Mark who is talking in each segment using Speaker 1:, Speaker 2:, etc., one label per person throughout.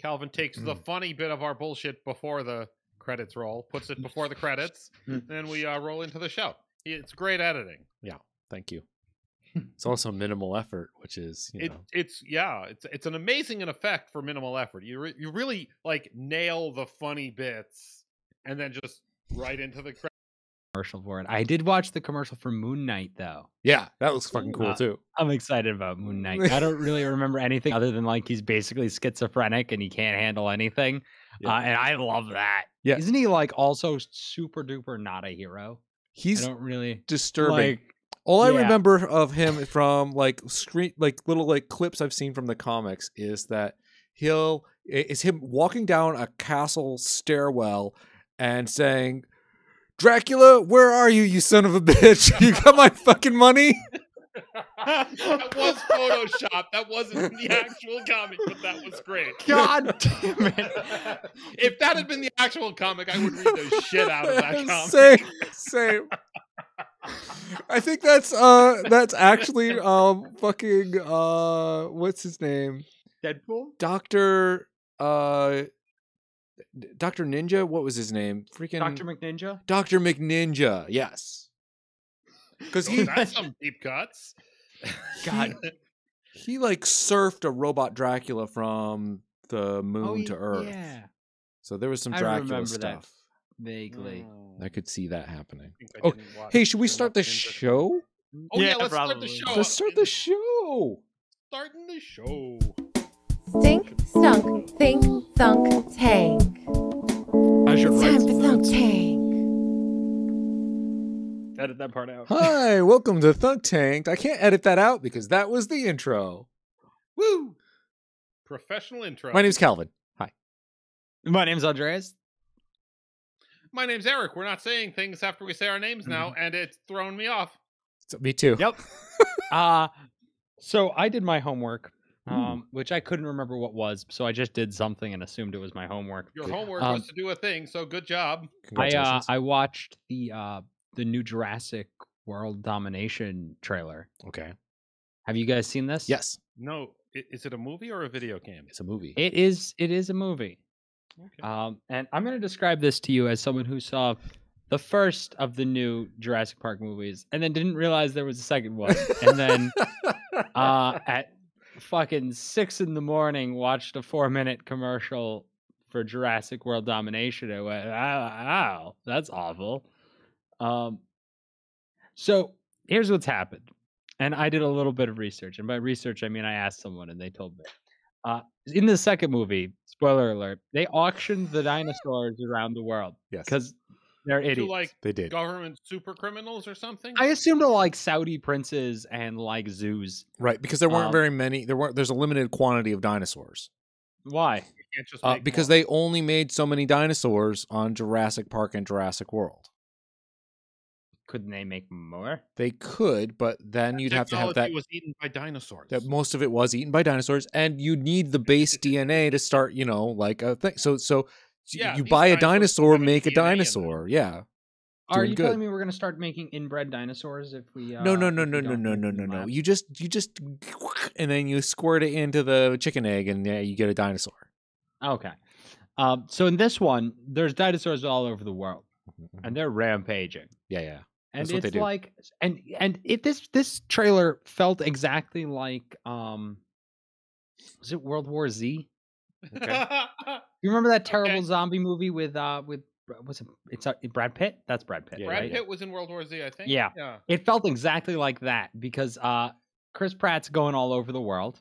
Speaker 1: Calvin takes the funny bit of our bullshit before the credits roll, puts it before the credits,
Speaker 2: Hmm.
Speaker 3: Mm.
Speaker 1: then we uh, roll into the show. It's great editing.
Speaker 2: Thank you. It's also minimal effort, which is you
Speaker 1: It,
Speaker 2: know
Speaker 1: it's yeah, it's it's an amazing an effect for minimal effort. You re- you really like nail the funny bits and then just right into the credits.
Speaker 3: commercial for it. I did watch the commercial for Moon Knight though.
Speaker 2: yeah, that looks fucking cool
Speaker 3: Uh,
Speaker 2: too.
Speaker 3: I'm excited about Moon Knight. I don't really remember anything other than like he's basically schizophrenic and he can't handle anything.
Speaker 2: Yeah.
Speaker 3: Uh, and I love that.
Speaker 2: Yeah.
Speaker 3: Isn't he like also super duper not a hero? I
Speaker 2: He's
Speaker 3: don't really
Speaker 2: disturbing.
Speaker 3: like
Speaker 2: All I
Speaker 3: Yeah.
Speaker 2: remember of him from like screen, like little like clips I've seen from the comics is that he'll i- is him walking down a castle stairwell and saying, "Dracula, where are you, you son of a bitch? You got my fucking money."
Speaker 1: that was Photoshop. That wasn't the actual comic, but that was great.
Speaker 3: God damn it.
Speaker 1: if that had been the actual comic, I would read the shit out of that comic.
Speaker 2: same, same. I think that's uh that's actually um fucking uh what's his name
Speaker 3: Deadpool?
Speaker 2: Doctor uh Doctor Ninja, what was his name? Freaking
Speaker 3: Dr. McNinja?
Speaker 2: Doctor McNinja, yes. Because
Speaker 1: Oh,
Speaker 2: he
Speaker 1: that's some deep cuts.
Speaker 3: God.
Speaker 2: he like surfed a robot Dracula from the moon
Speaker 3: Oh,
Speaker 2: to Earth.
Speaker 3: Yeah.
Speaker 2: So there was some
Speaker 3: I
Speaker 2: Dracula
Speaker 3: remember that
Speaker 2: stuff.
Speaker 3: Vaguely.
Speaker 2: I could see that happening.
Speaker 1: think I
Speaker 2: Oh,
Speaker 1: didn't watch
Speaker 2: Hey, should we
Speaker 1: enough
Speaker 2: start the
Speaker 1: Ninja.
Speaker 2: show?
Speaker 1: Oh yeah, let's start the show.
Speaker 2: Let's start the
Speaker 1: It's
Speaker 2: show.
Speaker 1: Starting the show.
Speaker 4: Think, stunk, think, thunk, tank.
Speaker 3: As your
Speaker 4: It's time for thunk tank.
Speaker 3: Edit that part out.
Speaker 2: Hi, welcome to Thunk Tanked. I can't edit that out because that was the intro.
Speaker 3: Woo!
Speaker 1: Professional intro.
Speaker 2: My name's Calvin. Hi.
Speaker 3: My name's Andreas.
Speaker 1: My name's Eric. We're not saying things after we say our names
Speaker 2: Mm-hmm.
Speaker 1: now, and it's thrown me off.
Speaker 2: So- me too.
Speaker 3: Yep. Uh so I did my homework, um, which I couldn't remember what was, so I just did something and assumed it was my homework.
Speaker 1: Your
Speaker 2: Good.
Speaker 1: homework
Speaker 3: Um,
Speaker 1: was to do a thing, so good job.
Speaker 3: I uh,
Speaker 2: Congratulations.
Speaker 3: I watched the uh the new Jurassic World Domination trailer.
Speaker 2: okay.
Speaker 3: Have you guys seen this?
Speaker 2: Yes,
Speaker 1: No, i- is it a movie or a video game?
Speaker 2: it's a movie.
Speaker 3: It is it is a movie.
Speaker 2: Uh,
Speaker 3: Um and I'm gonna describe this to you as someone who saw the first of the new Jurassic Park movies and then didn't realize there was a second one. And then uh, at fucking six in the morning, watched a four minute commercial for Jurassic World Domination. I went, "Ow, ow, that's awful." Um, so here's what's happened, and I did a little bit of research, and by research I mean I asked someone, and they told me. Uh, in the second movie, spoiler alert, they auctioned the dinosaurs around the world
Speaker 2: yes,
Speaker 3: because they're idiots.
Speaker 1: To like
Speaker 2: they did.
Speaker 1: government super criminals or
Speaker 2: mm.
Speaker 1: something?
Speaker 3: I assumed to like Saudi princes and like zoos.
Speaker 2: Right, because there weren't
Speaker 3: Um,
Speaker 2: very many. There weren't. There's a limited quantity of dinosaurs
Speaker 3: Why?
Speaker 1: You can't just
Speaker 2: uh,
Speaker 1: make
Speaker 2: because
Speaker 1: more.
Speaker 2: they only made so many dinosaurs on Jurassic Park and Jurassic World.
Speaker 3: Couldn't they make more?
Speaker 2: They could, but then you'd have to have that.
Speaker 1: Technology was eaten by dinosaurs.
Speaker 2: that most of it was eaten by dinosaurs, and you need the base DNA to start. You know, like a thing. So, so y-
Speaker 1: Yeah,
Speaker 2: you
Speaker 1: these
Speaker 2: buy a
Speaker 1: dinosaurs
Speaker 2: dinosaur,
Speaker 1: have
Speaker 2: make
Speaker 1: DNA
Speaker 2: a
Speaker 1: in them.
Speaker 2: dinosaur. Yeah.
Speaker 3: Are
Speaker 2: doing
Speaker 3: you
Speaker 2: good.
Speaker 3: telling me we're gonna start making inbred dinosaurs if we? Uh,
Speaker 2: no, no,
Speaker 3: if
Speaker 2: no,
Speaker 3: we
Speaker 2: no, no,
Speaker 3: don't
Speaker 2: no,
Speaker 3: make
Speaker 2: no,
Speaker 3: them
Speaker 2: no, no.
Speaker 3: lab?
Speaker 2: You just, you just, and then you squirt it into the chicken egg, and yeah, you get a dinosaur.
Speaker 3: Okay. Um, so in this one, there's dinosaurs all over the world, and they're rampaging.
Speaker 2: Yeah, yeah.
Speaker 3: and
Speaker 2: That's what
Speaker 3: it's
Speaker 2: they do.
Speaker 3: like and and it this this trailer felt exactly like um was it world war z you remember that terrible
Speaker 1: Okay.
Speaker 3: zombie movie with uh with was it it's uh, brad pitt that's brad pitt
Speaker 2: Yeah,
Speaker 1: Brad
Speaker 3: right
Speaker 1: Pitt was in World War Z, I think.
Speaker 3: Yeah.
Speaker 1: Yeah.
Speaker 3: it felt exactly like that because uh chris pratt's going all over the world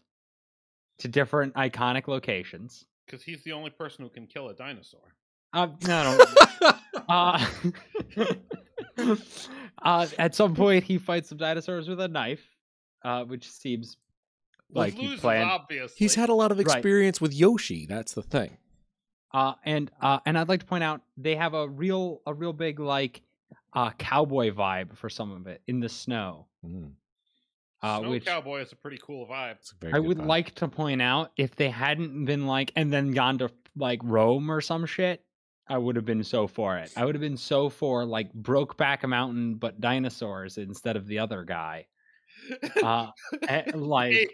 Speaker 3: to different iconic locations
Speaker 1: Because he's the only person who can kill a dinosaur.
Speaker 3: uh no, no. uh, uh at some point he fights some dinosaurs with a knife uh which seems like
Speaker 1: he
Speaker 3: he planned
Speaker 1: obviously.
Speaker 2: He's had a lot of
Speaker 3: Right.
Speaker 2: experience with Yoshi. That's the thing.
Speaker 3: Uh, and uh, and I'd like to point out they have a real a real big like uh, cowboy vibe for some of it in the snow, uh,
Speaker 1: Snow
Speaker 3: which
Speaker 1: Cowboy is a pretty cool vibe.
Speaker 2: Mm, It's a very
Speaker 3: I
Speaker 2: good
Speaker 3: would
Speaker 2: vibe.
Speaker 3: like to point out if they hadn't been like and then gone to like Rome or some shit, I would have been so for it. I would have been so for like Brokeback Mountain but dinosaurs instead of the other guy. Uh, and, like
Speaker 1: Hey,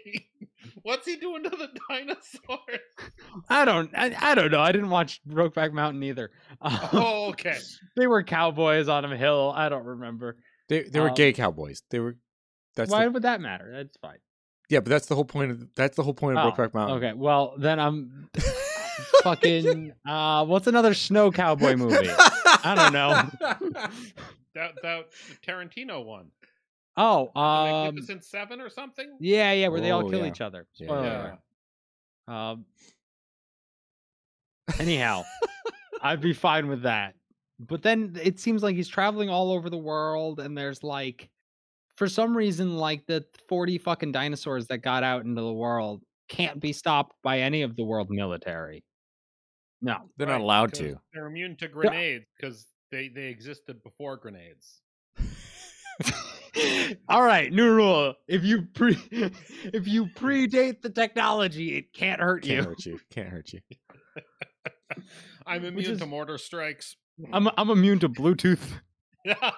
Speaker 1: what's he doing to the dinosaur?
Speaker 3: I don't, I, I don't know. I didn't watch Brokeback Mountain either. Um,
Speaker 1: Oh, okay.
Speaker 3: they were cowboys on a hill. I don't remember.
Speaker 2: They they were
Speaker 3: Um,
Speaker 2: gay cowboys. They were. That's
Speaker 3: Why
Speaker 2: the,
Speaker 3: would that matter? That's fine.
Speaker 2: yeah, but that's the whole point of that's the whole point
Speaker 3: Oh,
Speaker 2: of Brokeback Mountain.
Speaker 3: Okay, well then I'm fucking. Uh, what's another snow cowboy movie?
Speaker 2: I
Speaker 3: don't know.
Speaker 1: That that Tarantino one.
Speaker 3: Oh, um,
Speaker 1: Magnificent Seven or something.
Speaker 3: yeah, yeah, where they all
Speaker 2: Oh,
Speaker 3: kill
Speaker 2: yeah.
Speaker 3: each other.
Speaker 2: Yeah.
Speaker 3: Spoiler
Speaker 1: Yeah.
Speaker 3: alert. Um, anyhow, I'd be fine with that. But then it seems like he's traveling all over the world, and there's like, for some reason, like the 40 fucking dinosaurs that got out into the world can't be stopped by any of the world military. No.
Speaker 2: They're
Speaker 1: Right,
Speaker 2: not allowed
Speaker 1: 'cause
Speaker 2: to.
Speaker 1: They're immune to grenades because they they existed before grenades.
Speaker 3: all right, new rule. If you pre if you predate the technology, it can't hurt
Speaker 2: Can't
Speaker 3: you.
Speaker 2: hurt you. Can't hurt you.
Speaker 1: I'm
Speaker 3: Which
Speaker 1: immune to
Speaker 3: is-
Speaker 1: mortar strikes.
Speaker 3: I'm I'm immune to Bluetooth.
Speaker 1: yeah,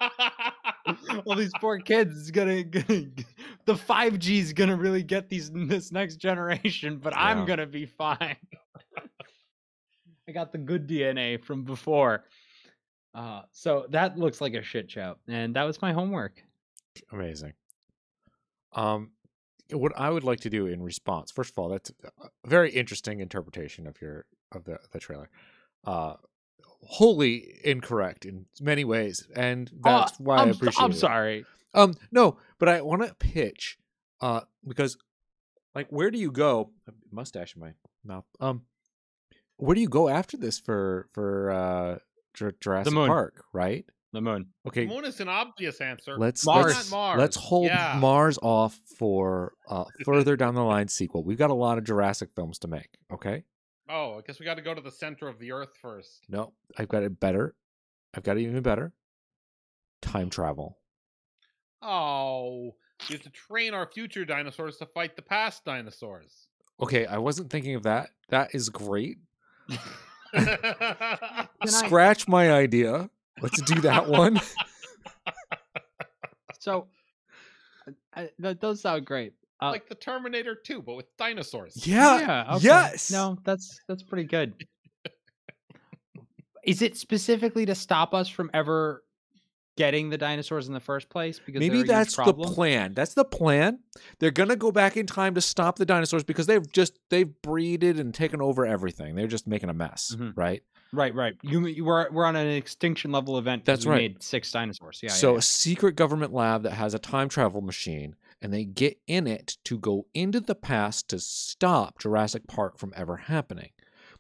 Speaker 3: well, these poor kids is gonna, gonna the five G is gonna really get these this next generation, but I'm
Speaker 2: Yeah.
Speaker 3: gonna be fine. I got the good DNA from before, uh, so that looks like a shit show, and that was my homework.
Speaker 2: Amazing. Um, what I would like to do in response, first of all, that's a very interesting interpretation of your of the the trailer. Uh, wholly incorrect in many ways, and that's why I
Speaker 3: I'm, so-
Speaker 2: appreciate.
Speaker 3: I'm
Speaker 2: it.
Speaker 3: sorry.
Speaker 2: Um, no, but I want to pitch, uh, because, like, where do you go? Mustache in my mouth. Um, where do you go after this for for uh Jur- Jurassic
Speaker 3: moon.
Speaker 2: Park? Right.
Speaker 3: The moon.
Speaker 2: Okay.
Speaker 1: Moon is an obvious answer.
Speaker 2: Let's
Speaker 3: Mars.
Speaker 2: Let's,
Speaker 1: Not Mars.
Speaker 2: let's hold
Speaker 1: Yeah.
Speaker 2: Mars off for uh further down the line sequel. We've got a lot of Jurassic films to make. Okay.
Speaker 1: Oh, I guess we got to go to the center of the Earth first.
Speaker 2: No, I've got it better. I've got it even better. Time travel.
Speaker 1: Oh, you have to train our future dinosaurs to fight the past dinosaurs.
Speaker 2: Okay, I wasn't thinking of that. That is great. Uh,
Speaker 1: That's
Speaker 3: Can I-
Speaker 2: Scratch my idea. Let's do that one.
Speaker 3: So I, that does sound great. Uh,
Speaker 1: like the Terminator 2, but with dinosaurs.
Speaker 2: Yeah.
Speaker 3: okay.
Speaker 2: Uh, yes.
Speaker 3: No, that's that's pretty good. Is it specifically to stop us from ever getting the dinosaurs in the first place? Because they're a
Speaker 2: Maybe
Speaker 3: huge
Speaker 2: that's the
Speaker 3: problem?
Speaker 2: plan. That's the plan. They're gonna go back in time to stop the dinosaurs because they've just they've breeded and taken over everything. They're just making a mess,
Speaker 3: Mhm.
Speaker 2: right?
Speaker 3: Right, right. You, you were we're on an extinction level event. 'cause
Speaker 2: That's
Speaker 3: we
Speaker 2: right.
Speaker 3: Made six dinosaurs. Yeah. yeah,
Speaker 2: so
Speaker 3: yeah.
Speaker 2: a secret government lab that has a time travel machine, and they get in it to go into the past to stop Jurassic Park from ever happening.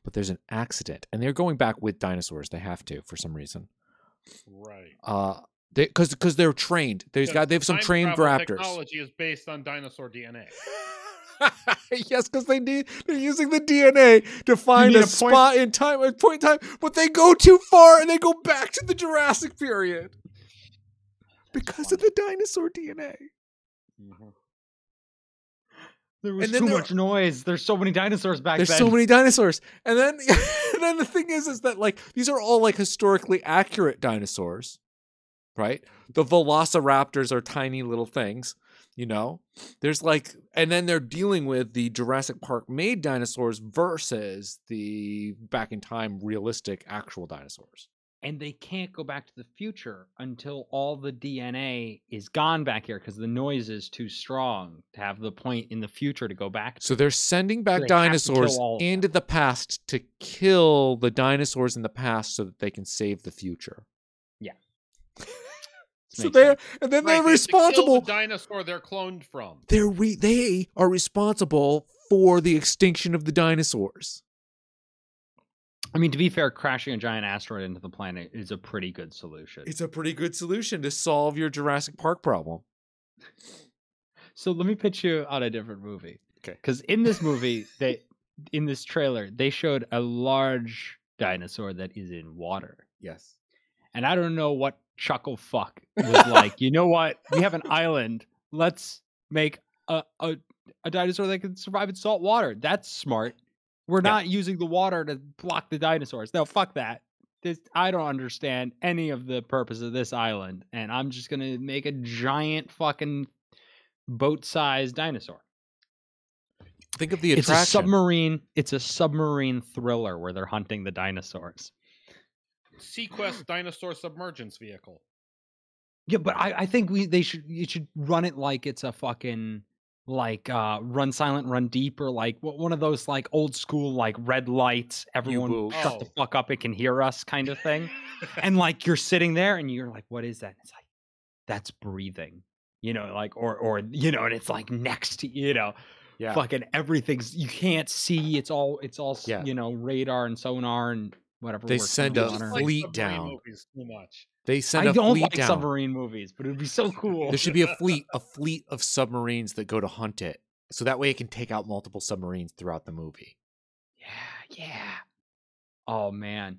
Speaker 2: But there's an accident, and they're going back with dinosaurs. They have to for some reason.
Speaker 1: Right.
Speaker 2: Uh, because because they're trained. They've
Speaker 1: Yeah,
Speaker 2: got they have some
Speaker 1: Time
Speaker 2: trained
Speaker 1: travel
Speaker 2: raptors.
Speaker 1: Technology is based on dinosaur DNA.
Speaker 2: yes, because they need they're using the DNA to find
Speaker 3: need
Speaker 2: a,
Speaker 3: a point-
Speaker 2: spot in time, a point in time, but they go too far and they go back to the Jurassic period because of the dinosaur DNA.
Speaker 3: Mm-hmm. there was
Speaker 2: and then
Speaker 3: too
Speaker 2: there
Speaker 3: much noise. There's so many dinosaurs back
Speaker 2: There's
Speaker 3: then.
Speaker 2: so many dinosaurs, and then and then the thing is, is that like these are all like historically accurate dinosaurs, right? The Velociraptors are tiny little things, you know. There's like, and then they're dealing with the Jurassic Park made dinosaurs versus the back in time realistic actual dinosaurs.
Speaker 3: and they can't go back to the future until all the DNA is gone back here because the noise is too strong to have the point in the future to go back to.
Speaker 2: So they're sending back
Speaker 3: they have to kill
Speaker 2: dinosaurs
Speaker 3: all of them.
Speaker 2: into the past to kill the dinosaurs in the past so that they can save the future.
Speaker 3: Yeah.
Speaker 2: so
Speaker 3: Makes
Speaker 2: they're and
Speaker 1: Right,
Speaker 2: then they're
Speaker 1: they have to kill
Speaker 2: responsible.
Speaker 1: The dinosaur they're cloned from.
Speaker 2: they're re- they are responsible for the extinction of the dinosaurs.
Speaker 3: I mean, to be fair, crashing a giant asteroid into the planet is a pretty good solution.
Speaker 2: It's a pretty good solution to solve your Jurassic Park problem.
Speaker 3: So let me pitch you on a different movie.
Speaker 2: Okay.
Speaker 3: Because in this movie, they in this trailer, they showed a large dinosaur that is in water.
Speaker 2: Yes.
Speaker 3: And I don't know what chuckle fuck was like. you know what? We have an island. Let's make a, a a dinosaur that can survive in salt water. That's smart. We're
Speaker 2: Yeah.
Speaker 3: not using the water to block the dinosaurs. No, fuck that. This I don't understand any of the purpose of this island, and I'm just gonna make a giant fucking boat-sized dinosaur.
Speaker 2: Think of the
Speaker 3: It's
Speaker 2: attraction.
Speaker 3: a submarine. It's a submarine thriller where they're hunting the dinosaurs.
Speaker 1: Sequest dinosaur submergence vehicle.
Speaker 3: Yeah, but I, I think we they should you should run it like it's a fucking like uh run silent run deep or like wh- one of those like old school like red lights everyone
Speaker 2: boo.
Speaker 3: shut the
Speaker 1: Oh.
Speaker 3: fuck up it can hear us kind of thing and like you're sitting there and you're like what is that it's like that's breathing you know like or or you know and it's like next to you know
Speaker 2: Yeah.
Speaker 3: fucking everything's you can't see it's all it's all s-
Speaker 2: Yeah.
Speaker 3: you know radar and sonar and whatever
Speaker 2: They
Speaker 3: works
Speaker 2: send
Speaker 3: in
Speaker 2: a
Speaker 3: the
Speaker 1: I just
Speaker 3: water.
Speaker 1: like
Speaker 2: fleet
Speaker 1: submarine
Speaker 2: down.
Speaker 1: Movies too much.
Speaker 2: They send
Speaker 3: I
Speaker 2: a
Speaker 3: don't
Speaker 2: fleet
Speaker 3: like
Speaker 2: down.
Speaker 3: submarine movies, but it would be so cool.
Speaker 1: The
Speaker 2: There should be a fleet, a fleet of submarines that go to hunt it. So that way it can take out multiple submarines throughout the movie.
Speaker 3: yeah, yeah. Oh man.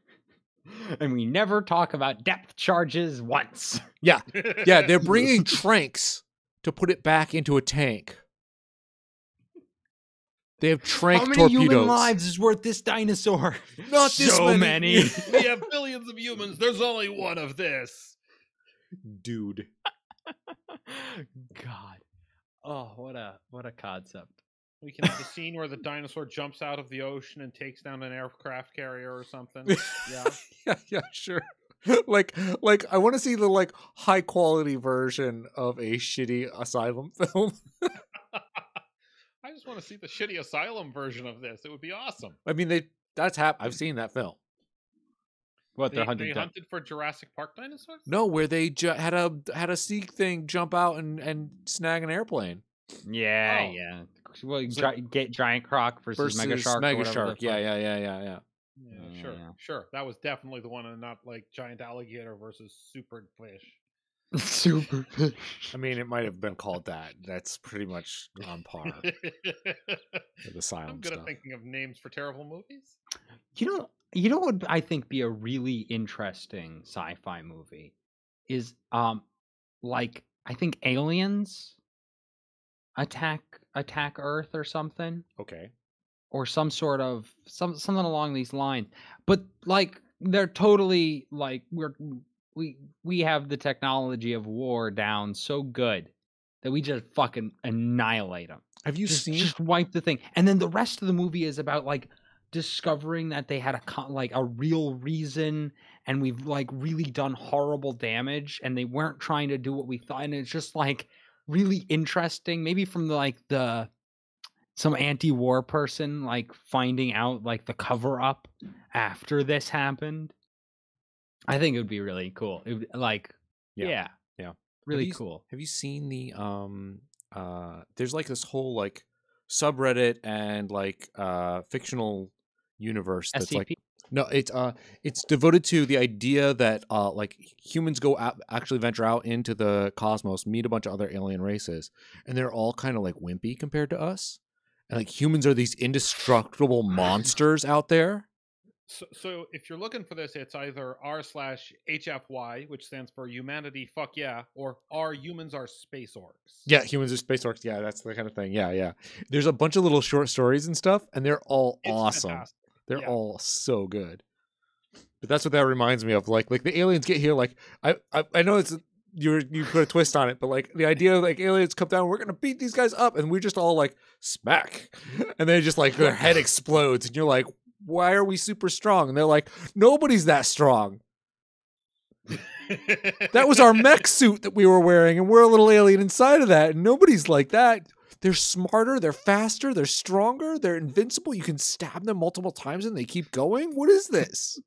Speaker 3: And we never talk about depth charges once.
Speaker 2: Yeah, they're bringing tranks to put it back into a tank. They have trank
Speaker 3: How many
Speaker 2: torpedoes.
Speaker 3: human lives is worth this dinosaur?
Speaker 2: Not this
Speaker 3: so
Speaker 2: many.
Speaker 1: we have billions of humans. There's only one of this.
Speaker 2: Dude.
Speaker 3: God. Oh, what a what a concept.
Speaker 1: We can have the scene where the dinosaur jumps out of the ocean and takes down an aircraft carrier or something. Yeah.
Speaker 2: yeah, yeah, sure. like, like I want to see the like high quality version of a shitty asylum film.
Speaker 1: I just want to see the shitty asylum version of this. It would be awesome.
Speaker 2: I mean, they that's hap- I've seen that film.
Speaker 3: What
Speaker 1: They,
Speaker 3: they're
Speaker 1: they
Speaker 3: hunting? down-
Speaker 1: hunted for Jurassic Park dinosaurs?
Speaker 2: No, where they ju- had a had a sea thing jump out and and snag an airplane
Speaker 3: Yeah,
Speaker 1: Oh.
Speaker 3: yeah. Well,
Speaker 2: So-
Speaker 3: gi- get giant croc versus,
Speaker 2: versus
Speaker 3: mega shark. or whatever the
Speaker 2: Yeah,
Speaker 3: fuck.
Speaker 2: yeah, yeah, yeah, yeah.
Speaker 1: Yeah,
Speaker 3: Yeah,
Speaker 1: sure,
Speaker 3: yeah.
Speaker 1: sure. That was definitely the one, and not like giant alligator versus super fish.
Speaker 3: Super.
Speaker 2: I mean, it might have been called that. That's pretty much on par with asylum
Speaker 1: I'm good
Speaker 2: stuff.
Speaker 1: at thinking of names for terrible movies.
Speaker 3: You know, you know what would, I think be a really interesting sci-fi movie is um like I think aliens attack attack Earth or something
Speaker 2: okay.
Speaker 3: or some sort of some something along these lines. But like they're totally like we're we we have the technology of war down so good that we just fucking annihilate them
Speaker 2: Have you
Speaker 3: just,
Speaker 2: seen?
Speaker 3: just wipe the thing and then the rest of the movie is about like discovering that they had a con- like a real reason and we've like really done horrible damage and they weren't trying to do what we thought and it's just like really interesting maybe from like the some anti-war person like finding out like the cover up after this happened i think it would be really cool it would like
Speaker 2: Yeah,
Speaker 3: yeah yeah,
Speaker 2: yeah.
Speaker 3: really
Speaker 2: you s-
Speaker 3: cool
Speaker 2: Have you seen the um uh there's like this whole like subreddit and like uh fictional universe that's like
Speaker 3: SCP?
Speaker 2: no it's uh it's devoted to the idea that uh like humans go out actually venture out into the cosmos meet a bunch of other alien races and they're all kind of like wimpy compared to us and like humans are these indestructible monsters out there
Speaker 1: So, so if you're looking for this, it's either R slash HFY, which stands for Humanity Fuck Yeah, or R Humans Are Space Orcs.
Speaker 2: yeah humans are space orcs yeah that's the kind of thing yeah yeah there's a bunch of little short stories and stuff and they're all
Speaker 1: It's
Speaker 2: awesome
Speaker 1: fantastic.
Speaker 2: They're
Speaker 1: Yeah.
Speaker 2: all so good. But that's what that reminds me of. Like, like the aliens get here. Like, I, I, I know it's you. are You put a twist on it, but like the idea of like aliens come down, we're gonna beat these guys up, and we're just all like smack, and they just like their head explodes, and you're like, why are we super strong? And they're like, nobody's that strong. That was our mech suit that we were wearing, and we're a little alien inside of that, and nobody's like that. They're smarter, they're faster, they're stronger, they're invincible. You can stab them multiple times and they keep going. What is this?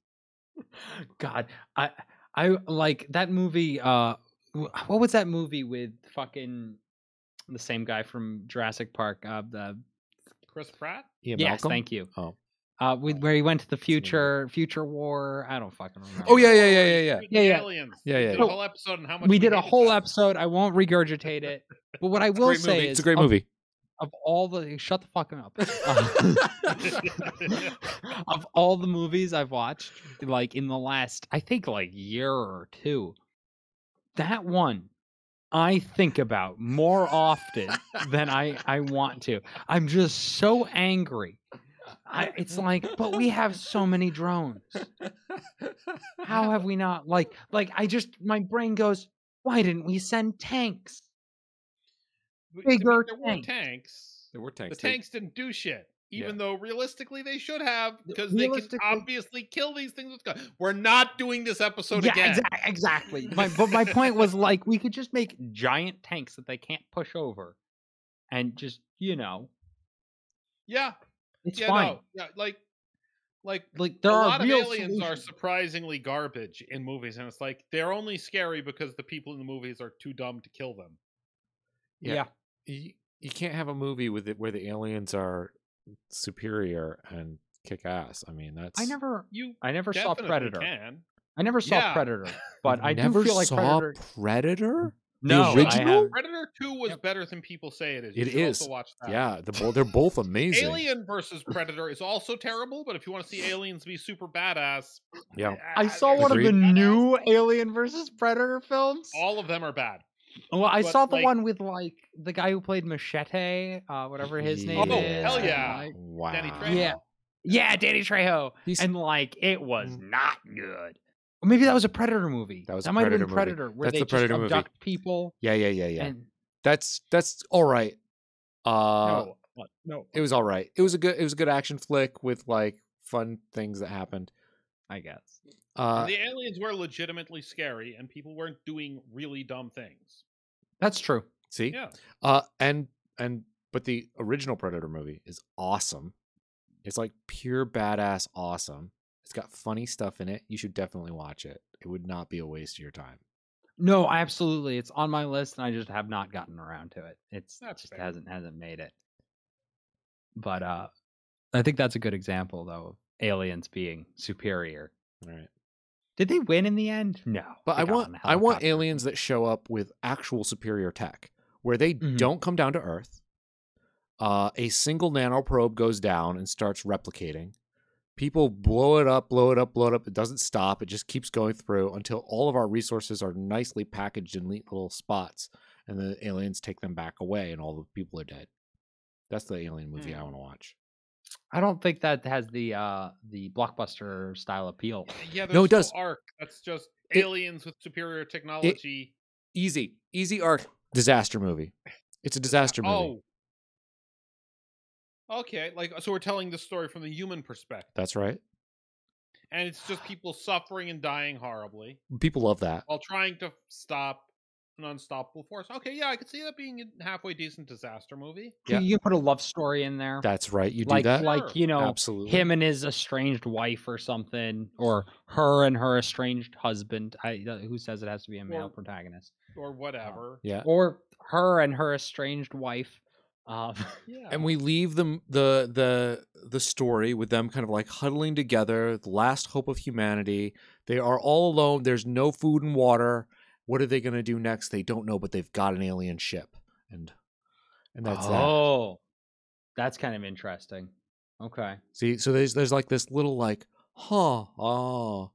Speaker 3: God, I I like that movie. Uh, wh- what was that movie with fucking the same guy from Jurassic Park? Uh, the
Speaker 1: Chris Pratt.
Speaker 2: Ian
Speaker 3: yes,
Speaker 2: Malcolm?
Speaker 3: thank you.
Speaker 2: Oh.
Speaker 3: uh, with where he went to the
Speaker 2: name of it?
Speaker 3: future, future war. I don't fucking remember.
Speaker 2: Oh yeah, yeah, yeah, yeah, yeah.
Speaker 1: Shooting
Speaker 3: Yeah, yeah.
Speaker 1: Aliens.
Speaker 2: Yeah,
Speaker 1: We
Speaker 2: yeah,
Speaker 1: did a
Speaker 3: yeah.
Speaker 1: whole episode on how much
Speaker 3: We did a
Speaker 1: hated
Speaker 3: whole
Speaker 1: that.
Speaker 3: episode. I won't regurgitate it. But what I will
Speaker 2: Great
Speaker 3: say
Speaker 2: movie.
Speaker 3: is,
Speaker 2: It's a great
Speaker 3: of-
Speaker 2: movie.
Speaker 3: Of, all the shut the fucking up. Uh, of all the movies I've watched, like in the last, I think like year or two, that one I think about more often than I I want to. I'm just so angry. I, it's like, but we have so many drones. How have we not like like I just my brain goes, why didn't we send tanks?
Speaker 1: to
Speaker 3: Bigger
Speaker 1: me, there were
Speaker 3: tank.
Speaker 1: tanks.
Speaker 2: There were
Speaker 1: The
Speaker 2: tanks. They-
Speaker 1: tanks didn't do shit, even
Speaker 2: Yeah.
Speaker 1: though realistically they should have, because they can
Speaker 5: Realistically-
Speaker 1: obviously kill these things with guns. We're not doing this episode
Speaker 5: yeah,
Speaker 1: again.
Speaker 5: exa- exactly.
Speaker 3: my but my point was like we could just make giant tanks that they can't push over, and just you know
Speaker 1: Yeah,
Speaker 3: it's
Speaker 1: yeah,
Speaker 3: fine.
Speaker 1: no, yeah, like, like
Speaker 3: Like there
Speaker 1: a
Speaker 3: are
Speaker 1: lot
Speaker 3: real
Speaker 1: of aliens are
Speaker 3: solutions.
Speaker 1: surprisingly garbage in movies, and it's like they're only scary because the people in the movies are too dumb to kill them.
Speaker 2: Yeah. you, you can't have a movie with it where the aliens are superior and kick ass. I mean, that's
Speaker 3: I never
Speaker 1: You
Speaker 3: I never saw
Speaker 1: definitely
Speaker 3: Predator.
Speaker 1: Can.
Speaker 3: I never saw
Speaker 1: Yeah.
Speaker 3: Predator, but
Speaker 2: You
Speaker 3: I
Speaker 2: never
Speaker 3: do feel like
Speaker 2: saw
Speaker 3: Predator.
Speaker 2: Predator?
Speaker 3: No, Oh, I
Speaker 2: original?
Speaker 3: haven't.
Speaker 1: Predator Two was better than people say it is. You
Speaker 2: It
Speaker 1: should also
Speaker 2: is.
Speaker 1: watch that.
Speaker 2: Yeah, the, bo- they're both amazing.
Speaker 1: Alien versus Predator is also terrible, but if you want to see aliens be super badass, eh,
Speaker 2: Yeah.
Speaker 3: I saw one of the
Speaker 2: Agreed.
Speaker 3: new Alien versus Predator films.
Speaker 1: All of them are bad.
Speaker 3: Well, I
Speaker 1: but,
Speaker 3: saw the
Speaker 1: like-
Speaker 3: one with like the guy who played Machete, uh, whatever his name
Speaker 1: Oh,
Speaker 3: is. uh,
Speaker 1: hell
Speaker 3: and,
Speaker 1: yeah.
Speaker 3: like-
Speaker 2: Wow.
Speaker 1: Trejo.
Speaker 3: yeah, yeah, Danny Trejo,
Speaker 2: He's-
Speaker 3: and like it was not good. Mm. Or maybe that was a Predator movie.
Speaker 2: That was a
Speaker 3: that might have been
Speaker 2: Predator movie.
Speaker 3: Predator, where
Speaker 2: That's
Speaker 3: they
Speaker 2: the
Speaker 3: just
Speaker 2: Predator movie.
Speaker 3: abduct people.
Speaker 2: Yeah, yeah, yeah, yeah.
Speaker 3: And
Speaker 2: that's that's all right. Uh
Speaker 3: no, but no,
Speaker 2: it was all right. It was a good it was a good action flick with like fun things that happened.
Speaker 3: I guess.
Speaker 2: Uh
Speaker 1: And the aliens were legitimately scary, and people weren't doing really dumb things.
Speaker 3: That's true.
Speaker 2: see?
Speaker 1: Yeah,
Speaker 2: Uh and and but the original Predator movie is awesome. It's like pure badass awesome. It's got funny stuff in it. You should definitely watch it. It would not be a waste of your time.
Speaker 3: No, I absolutely. It's on my list, and I just have not gotten around to it. It's it
Speaker 1: That's
Speaker 3: just
Speaker 1: fair.
Speaker 3: hasn't hasn't made it. But uh, I think that's a good example, though, of aliens being superior.
Speaker 2: All right.
Speaker 3: Did they win in the end? No.
Speaker 2: But
Speaker 3: they
Speaker 2: I
Speaker 3: got
Speaker 2: want
Speaker 3: on a
Speaker 2: I want
Speaker 3: helicopter.
Speaker 2: aliens that show up with actual superior tech, where they
Speaker 3: Mhm.
Speaker 2: don't come down to Earth. Uh, a single nanoprobe goes down and starts replicating. People blow it up, blow it up, blow it up. It doesn't stop. It just keeps going through until all of our resources are nicely packaged in neat little spots, and the aliens take them back away, and all the people are dead. That's the alien movie I
Speaker 1: Hmm.
Speaker 2: want to watch.
Speaker 3: I don't think that has the uh the blockbuster style appeal.
Speaker 1: yeah. There's
Speaker 2: No, it
Speaker 1: no
Speaker 2: does.
Speaker 1: arc. That's just
Speaker 2: It-
Speaker 1: aliens with superior technology.
Speaker 2: Easy, easy arc. Disaster movie. It's a disaster movie.
Speaker 1: oh, okay. Like so, we're telling this story from the human perspective,
Speaker 2: That's right.
Speaker 1: and it's just people suffering and dying horribly
Speaker 2: People love that.
Speaker 1: while trying to stop an unstoppable force. Okay, yeah, I could see that being a halfway decent disaster movie.
Speaker 2: Yeah.
Speaker 3: You can put a love story in there.
Speaker 2: That's right. You do
Speaker 3: like
Speaker 2: that.
Speaker 3: like
Speaker 1: Sure.
Speaker 3: you know
Speaker 2: Absolutely.
Speaker 3: him and his estranged wife or something, or her and her estranged husband. I uh, who says it has to be a male
Speaker 1: Or-
Speaker 3: protagonist,
Speaker 1: or whatever.
Speaker 2: Uh, Yeah.
Speaker 3: or her and her estranged wife. Um,
Speaker 1: yeah.
Speaker 2: And we leave them the the the story with them kind of like huddling together, the last hope of humanity. They are all alone. There's no food and water. What are they going to do next? They don't know, but they've got an alien ship, and and that's that.
Speaker 3: oh, that's kind of interesting. Okay,
Speaker 2: See, so there's there's like this little like, huh, oh,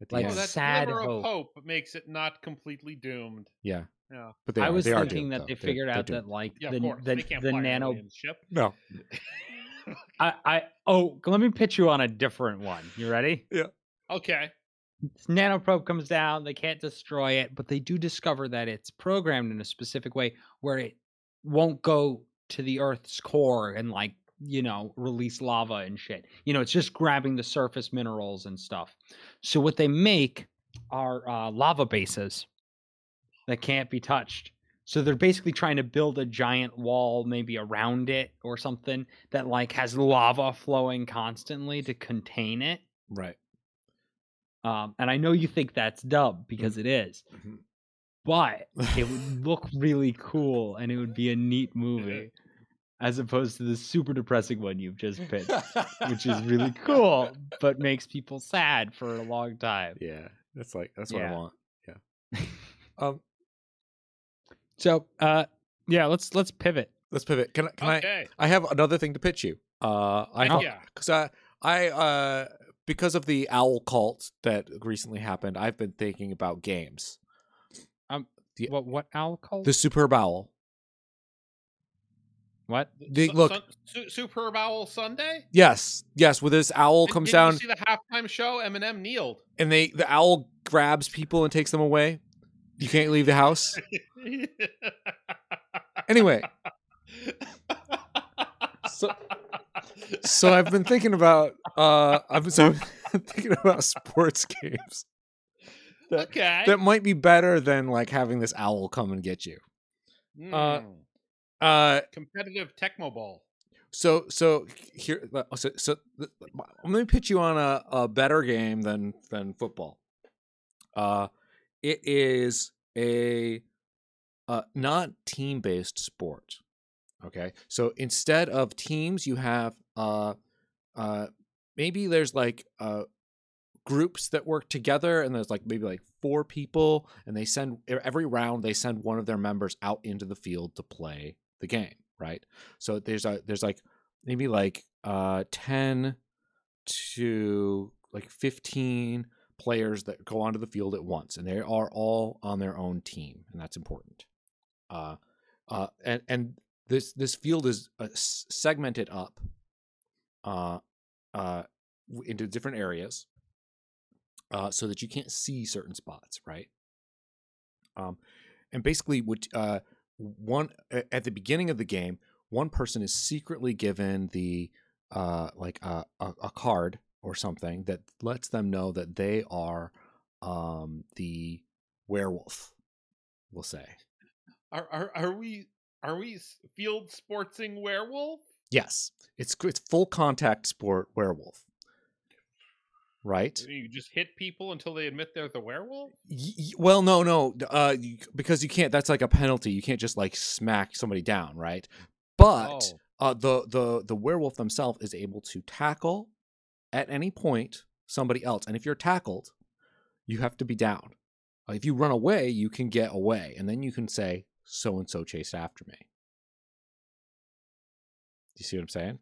Speaker 2: at the
Speaker 3: Like
Speaker 1: Oh,
Speaker 2: end.
Speaker 1: that
Speaker 3: sad
Speaker 1: glimmer
Speaker 3: hope.
Speaker 1: of hope makes it not completely doomed.
Speaker 2: yeah,
Speaker 1: Yeah.
Speaker 2: But they
Speaker 3: I
Speaker 2: are-
Speaker 3: was
Speaker 2: they are
Speaker 3: thinking
Speaker 2: doomed,
Speaker 3: that
Speaker 2: though.
Speaker 3: they
Speaker 2: They're-
Speaker 3: figured
Speaker 2: they're
Speaker 3: out
Speaker 2: doomed.
Speaker 3: that like
Speaker 1: Yeah,
Speaker 3: the
Speaker 1: of course.
Speaker 3: the,
Speaker 1: they can't
Speaker 3: the
Speaker 1: fly an
Speaker 3: nano
Speaker 1: alien ship.
Speaker 2: no.
Speaker 3: I, I oh let me pitch you on a different one. You ready?
Speaker 1: okay.
Speaker 3: This nanoprobe comes down, they can't destroy it, but they do discover that it's programmed in a specific way where it won't go to the earth's core and like, you know, release lava and shit. You know, it's just grabbing the surface minerals and stuff. So what they make are uh, lava bases that can't be touched. So they're basically trying to build a giant wall maybe around it or something that like has lava flowing constantly to contain it.
Speaker 2: right.
Speaker 3: Um, and I know you think that's dumb because it is,
Speaker 2: Mhm.
Speaker 3: but it would look really cool and it would be a neat movie as opposed to the super depressing one you've just picked, which is really cool but makes people sad for a long time.
Speaker 2: Yeah, that's like that's what
Speaker 3: Yeah.
Speaker 2: I want. Yeah. um,
Speaker 3: So, uh, yeah, let's let's pivot.
Speaker 2: let's pivot. Can I? Can I?
Speaker 1: okay.
Speaker 2: I have another thing to pitch you. Uh, I
Speaker 3: Oh.
Speaker 1: Yeah.
Speaker 2: because I I uh because of the owl cult that recently happened, I've been thinking about games. Yeah.
Speaker 3: What what owl called?
Speaker 2: The superb owl.
Speaker 3: what?
Speaker 2: The,
Speaker 1: Su-
Speaker 2: look,
Speaker 1: Sun- Su- Super Bowl Sunday
Speaker 2: yes, yes. Where this owl
Speaker 1: And
Speaker 2: comes
Speaker 1: didn't you
Speaker 2: down
Speaker 1: see the halftime show. Eminem kneeled.
Speaker 2: and they the owl grabs people and takes them away. You can't leave the house. Anyway, so so I've been thinking about uh I've been so I've been thinking about sports games that-
Speaker 1: okay.
Speaker 2: that might be better than like having this owl come and get you. uh,
Speaker 1: Mm.
Speaker 2: Uh
Speaker 1: competitive Tecmo Bowl.
Speaker 2: so so here oh, so so let me pitch you on a, a better game than than football. Uh it is a uh not team based sport. Okay. So instead of teams you have uh uh maybe there's like uh groups that work together and there's like maybe like four people and they send e, every round they send one of their members out into the field to play the game, right? So there's a there's like maybe like uh 10 to like 15 players that go onto the field at once and they are all on their own team and that's important. Uh uh and and this this field is uh, s- segmented up uh uh w- into different areas uh so that you can't see certain spots, right? Um and basically what uh one a- at the beginning of the game one person is secretly given the uh like a, a, a card or something that lets them know that they are um the werewolf we'll say
Speaker 1: Are are are we are we s- field sportsing werewolf?
Speaker 2: yes it's it's full contact sport werewolf right
Speaker 1: You just hit people until they admit they're the werewolf.
Speaker 2: Y- y- well no no d- uh you, because you can't that's like a penalty you can't just like smack somebody down right but
Speaker 1: Oh.
Speaker 2: uh, the the the werewolf themselves is able to tackle at any point somebody else, and if you're tackled, you have to be down. Uh, If you run away, you can get away, and then you can say so and so chased after me. Do you see what I'm saying?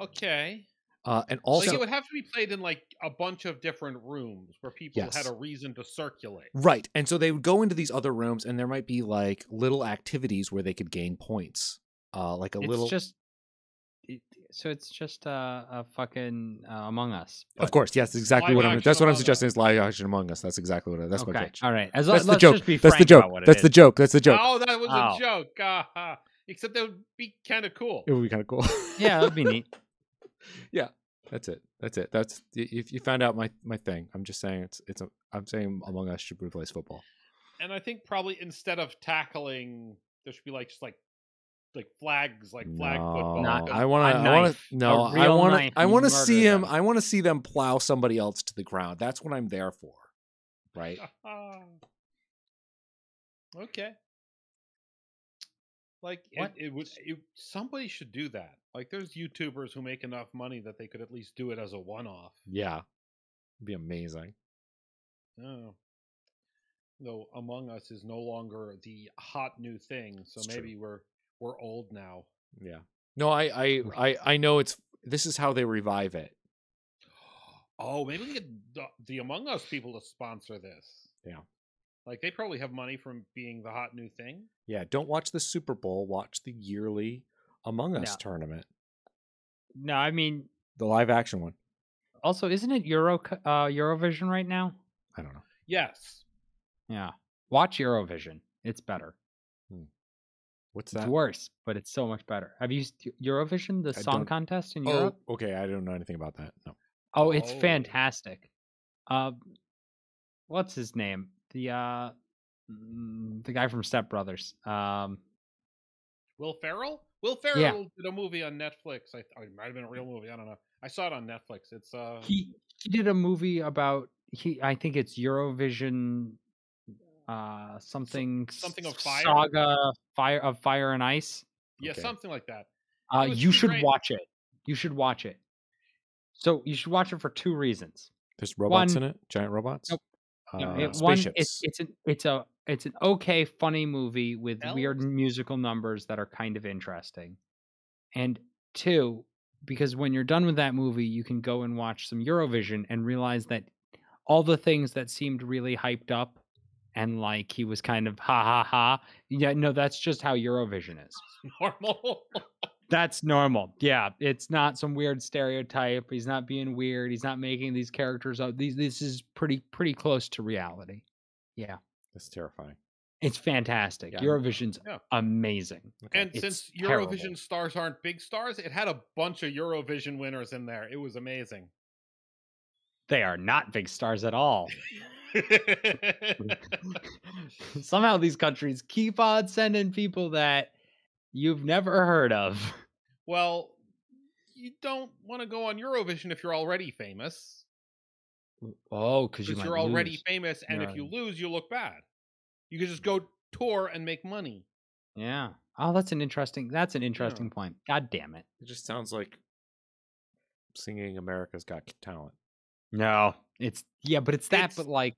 Speaker 1: Okay.
Speaker 2: Uh, and
Speaker 1: Also,
Speaker 2: Mm. also,
Speaker 1: it would have to be played in like a bunch of different rooms where people had
Speaker 2: Yes.
Speaker 1: a reason to circulate.
Speaker 2: Right. And so they would go into these other rooms and there might be like little activities where they could gain points. Uh like a
Speaker 3: it's
Speaker 2: little
Speaker 3: just it, so it's just uh, a fucking uh, Among Us.
Speaker 2: Of
Speaker 3: but-
Speaker 2: course, yes, exactly
Speaker 1: Live
Speaker 2: what I'm
Speaker 1: action
Speaker 2: that's what I'm
Speaker 1: Among
Speaker 2: suggesting is live action among us. That's exactly what I, that's
Speaker 3: okay.
Speaker 2: my pitch.
Speaker 3: All right. As
Speaker 2: That's
Speaker 3: let's
Speaker 2: the joke.
Speaker 3: Just be
Speaker 2: That's the
Speaker 3: frank
Speaker 2: joke.
Speaker 3: About what it
Speaker 2: That's the
Speaker 3: is.
Speaker 2: joke. That's the joke.
Speaker 1: Oh, that was
Speaker 3: Ow.
Speaker 1: a joke. Ah, except that would be kind of cool.
Speaker 2: It would be kind of cool.
Speaker 3: Yeah, that'd be neat.
Speaker 2: That's it. That's it. That's y- if you found out my my thing. I'm just saying it's it's a I'm saying Among Us should replace football.
Speaker 1: And I think probably instead of tackling, there should be like just like like flags, like flag football.
Speaker 3: Not-
Speaker 2: I
Speaker 1: because-
Speaker 2: want
Speaker 3: a
Speaker 2: to. I want
Speaker 3: knife,
Speaker 2: to. No,
Speaker 3: a
Speaker 2: I
Speaker 3: real
Speaker 2: want
Speaker 3: knife,
Speaker 2: to. I
Speaker 3: you
Speaker 2: want to
Speaker 3: murder
Speaker 2: see him.
Speaker 3: them.
Speaker 2: I want to see them plow somebody else to the ground. That's what I'm there for, right?
Speaker 1: okay. Like it,
Speaker 3: What?
Speaker 1: it would. It, somebody should do that. Like there's YouTubers who make enough money that they could at least do it as a one-off.
Speaker 2: Yeah, It'd be amazing.
Speaker 1: Oh. Though Among Us is no longer the hot new thing, so
Speaker 2: It's true.
Speaker 1: maybe we're we're old now.
Speaker 2: Yeah. No, I, I, I, I know it's. This is how they revive it.
Speaker 1: Oh, maybe we get the, the Among Us people to sponsor this.
Speaker 2: Yeah.
Speaker 1: Like they probably have money from being the hot new thing.
Speaker 2: Yeah. Don't watch the Super Bowl. Watch the yearly Among Us
Speaker 3: No.
Speaker 2: tournament,
Speaker 3: No, I mean,
Speaker 2: the live action one.
Speaker 3: also, isn't it Euro uh, Eurovision right now?
Speaker 2: I don't know.
Speaker 1: Yes.
Speaker 3: Yeah. Watch Eurovision. It's better.
Speaker 2: What's
Speaker 3: It's
Speaker 2: that?
Speaker 3: worse, but it's so much better. Have you s- Eurovision, the
Speaker 2: I
Speaker 3: song
Speaker 2: don't-
Speaker 3: contest in
Speaker 2: Oh,
Speaker 3: Europe?
Speaker 2: okay. I don't know anything about that. No.
Speaker 3: Oh, it's
Speaker 1: Oh.
Speaker 3: fantastic. Uh, what's his name? The uh, mm, the guy from Step Brothers. Um,
Speaker 1: Will Ferrell? Will Ferrell did a movie on Netflix. I, I it might have been a real movie. I don't know. I saw it on Netflix. It's uh
Speaker 3: he he did a movie about he. I think it's Eurovision. Uh, something
Speaker 1: something
Speaker 3: s-
Speaker 1: of fire?
Speaker 3: saga fire of fire and ice.
Speaker 1: yeah
Speaker 2: okay.
Speaker 1: something like that.
Speaker 2: Oh,
Speaker 3: Uh,
Speaker 1: was
Speaker 3: you
Speaker 1: pretty
Speaker 3: should
Speaker 1: great.
Speaker 3: watch it. You should watch it. So you should watch it for two reasons.
Speaker 2: There's robots
Speaker 3: One-
Speaker 2: in it. Giant robots.
Speaker 3: Nope.
Speaker 2: Uh,
Speaker 3: No, it- one,
Speaker 2: spaceships.
Speaker 3: it's it's an it's a it's an okay funny movie with weird
Speaker 1: Elves?
Speaker 3: musical numbers that are kind of interesting, and two, because when you're done with that movie, you can go and watch some Eurovision and realize that all the things that seemed really hyped up and like he was kind of ha ha ha yeah no that's just how Eurovision is.
Speaker 1: Normal.
Speaker 3: That's normal. Yeah, it's not some weird stereotype. He's not being weird. He's not making these characters up. These this is pretty pretty close to reality.
Speaker 2: That's terrifying.
Speaker 3: It's fantastic.
Speaker 2: Yeah.
Speaker 3: Eurovision's
Speaker 1: Yeah.
Speaker 3: amazing.
Speaker 1: And
Speaker 3: It's
Speaker 1: since
Speaker 3: terrible.
Speaker 1: Eurovision stars aren't big stars, it had a bunch of Eurovision winners in there. It was amazing.
Speaker 3: They are not big stars at all. Somehow these countries keep on sending people that you've never heard of.
Speaker 1: well, you don't want to go on Eurovision if you're already famous,
Speaker 3: Oh, because you
Speaker 1: because
Speaker 3: might
Speaker 1: you're already
Speaker 3: lose.
Speaker 1: famous, and if
Speaker 2: Yeah.
Speaker 1: you lose, you look bad. You could just go tour and make money.
Speaker 3: Yeah. Oh, that's an interesting. That's an interesting point. God damn it.
Speaker 2: It just sounds like singing America's Got Talent.
Speaker 3: No, it's yeah, but it's that.
Speaker 1: It's-
Speaker 3: but like,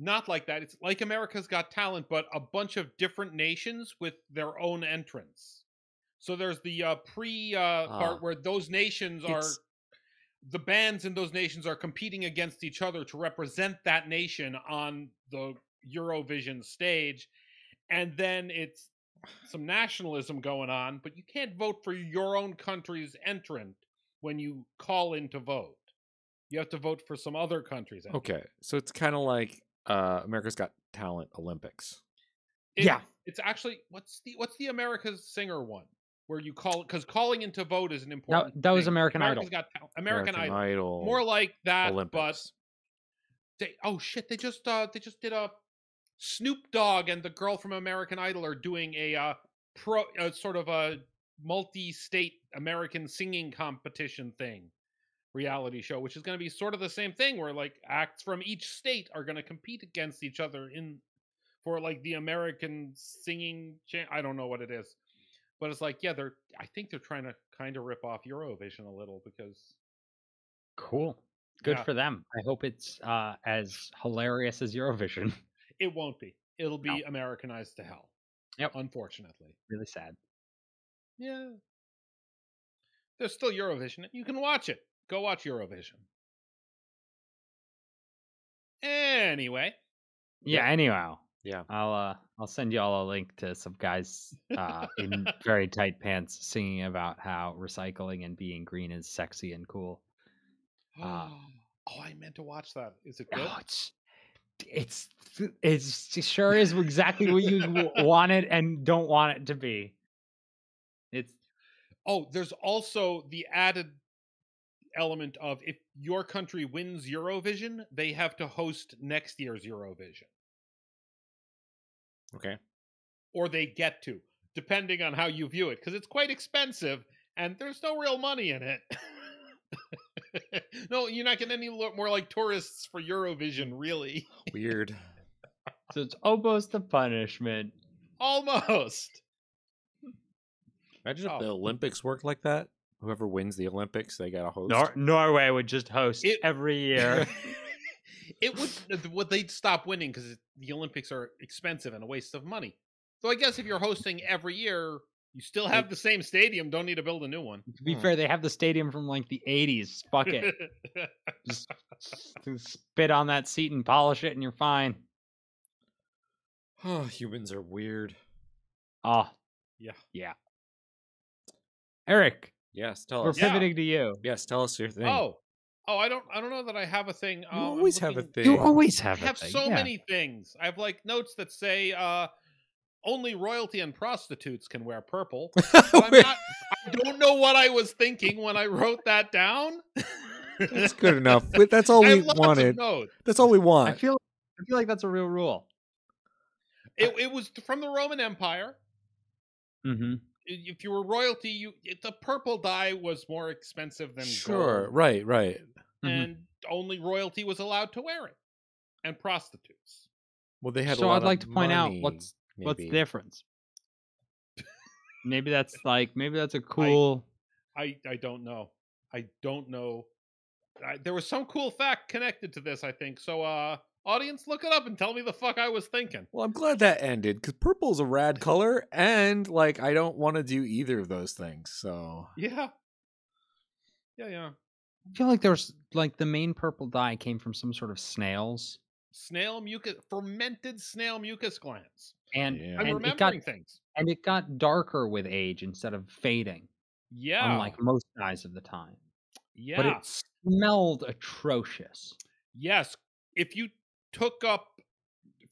Speaker 1: Not like that. It's like America's Got Talent, but a bunch of different nations with their own entrants. So there's the uh, pre uh,
Speaker 2: Ah.
Speaker 1: part where those nations are
Speaker 2: It's-
Speaker 1: the bands in those nations are competing against each other to represent that nation on the Eurovision stage. And then it's some nationalism going on, but you can't vote for your own country's entrant when you call in to vote. You have to vote for some other country's entrant.
Speaker 2: Okay, so it's kind of like uh, America's Got Talent Olympics.
Speaker 1: It-
Speaker 3: Yeah.
Speaker 1: It's actually what's the what's the America's Singer one where you call because calling in to vote is an
Speaker 3: that,
Speaker 1: important.
Speaker 3: that was
Speaker 1: thing.
Speaker 3: American
Speaker 1: America's
Speaker 3: Idol.
Speaker 1: Got Talent- American, Idol.
Speaker 2: Idol.
Speaker 1: More like that, but
Speaker 2: Olympics.
Speaker 1: they oh shit they just uh they just did a snoop dogg and the girl from american idol are doing a uh pro uh, sort of a multi-state american singing competition thing reality show which is going to be sort of the same thing where like acts from each state are going to compete against each other in for like the american singing cha- i don't know what it is but it's like yeah they're i think they're trying to kind of rip off eurovision a little because
Speaker 3: Cool. Good
Speaker 1: Yeah.
Speaker 3: for them. I hope it's uh, as hilarious as Eurovision.
Speaker 1: It won't be. It'll
Speaker 3: No.
Speaker 1: be Americanized to hell.
Speaker 3: Yep.
Speaker 1: Unfortunately.
Speaker 3: really sad.
Speaker 1: Yeah. There's still Eurovision. You can watch it. Go watch Eurovision. Anyway,
Speaker 3: Yeah. Anyhow.
Speaker 2: Yeah.
Speaker 3: I'll uh, I'll send you all a link to some guys uh, in very tight pants singing about how recycling and being green is sexy and cool. Ah.
Speaker 1: oh, I meant to watch that. Is it good?
Speaker 3: Oh, it's it's it's it sure is exactly what you w- want it and don't want it to be. It's
Speaker 1: Oh, there's also the added element of if your country wins Eurovision, they have to host next year's Eurovision.
Speaker 2: okay.
Speaker 1: or they get to, depending on how you view it, because it's quite expensive and there's no real money in it. no, you're not getting any lo- more like tourists for Eurovision, really.
Speaker 2: Weird.
Speaker 3: so it's almost a punishment.
Speaker 1: Almost.
Speaker 2: Imagine if
Speaker 1: Oh.
Speaker 2: the Olympics worked like that. Whoever wins the Olympics, they got a host.
Speaker 3: Nor- Norway would just host
Speaker 1: It-
Speaker 3: every year.
Speaker 1: It would, uh, th- would they'd stop winning because the Olympics are expensive and a waste of money. So I guess if you're hosting every year, you still have the same stadium, don't need to build a new one.
Speaker 3: to be
Speaker 2: Hmm.
Speaker 3: fair, they have the stadium from like the '80s. Fuck it, just s- spit on that seat and polish it, and you're fine.
Speaker 2: Oh, humans are weird.
Speaker 3: Oh,
Speaker 1: Yeah.
Speaker 3: yeah. Eric,
Speaker 2: Yes, tell
Speaker 3: we're
Speaker 2: us.
Speaker 1: Yeah.
Speaker 3: pivoting to you.
Speaker 2: Yes, tell us your thing.
Speaker 1: oh, oh, I don't, I don't know that I have a thing.
Speaker 2: you
Speaker 1: Oh, I'm
Speaker 2: always have a
Speaker 1: looking-
Speaker 2: thing.
Speaker 3: You always
Speaker 1: I
Speaker 3: have. a
Speaker 1: have
Speaker 3: thing,
Speaker 1: so
Speaker 3: yeah.
Speaker 1: many things. I have like notes that say uh only royalty and prostitutes can wear purple. But I'm not, I don't know what I was thinking when I wrote that down.
Speaker 2: That's good enough. We- That's all
Speaker 1: I
Speaker 2: we
Speaker 1: have lots of
Speaker 2: wanted.
Speaker 1: notes.
Speaker 2: That's all we
Speaker 3: I
Speaker 2: want.
Speaker 3: feel. I feel like that's a real rule.
Speaker 1: It, it was from the Roman Empire.
Speaker 3: Mm-hmm.
Speaker 1: I- If you were royalty, you it- the purple dye was more expensive than
Speaker 2: Sure.
Speaker 1: gold,
Speaker 2: Right. Right.
Speaker 3: Mhm.
Speaker 1: and only royalty was allowed to wear it, and prostitutes.
Speaker 2: Well, they had. a
Speaker 3: So
Speaker 2: lot
Speaker 3: I'd
Speaker 2: of
Speaker 3: like to point out
Speaker 2: money,
Speaker 3: what's what's the
Speaker 2: maybe.
Speaker 3: difference. maybe that's like maybe that's a cool.
Speaker 1: I I don't know. I don't know. I, there was some cool fact connected to this, I think. So, uh, audience, look it up and tell me the fuck I was thinking.
Speaker 2: Well, I'm glad that ended because purple's a rad color, and like I don't want to do either of those things. So
Speaker 1: Yeah. Yeah, yeah.
Speaker 3: I feel like there's like the main purple dye came from some sort of snails,
Speaker 1: Snail mucus, fermented snail mucus glands.
Speaker 3: and
Speaker 2: Yeah.
Speaker 1: I'm
Speaker 3: and it got
Speaker 1: remembering things.
Speaker 3: and it got darker with age instead of fading,
Speaker 1: Yeah.
Speaker 3: unlike most dyes of the time.
Speaker 1: Oh. yeah.
Speaker 3: But it smelled atrocious.
Speaker 1: Yes. If you took up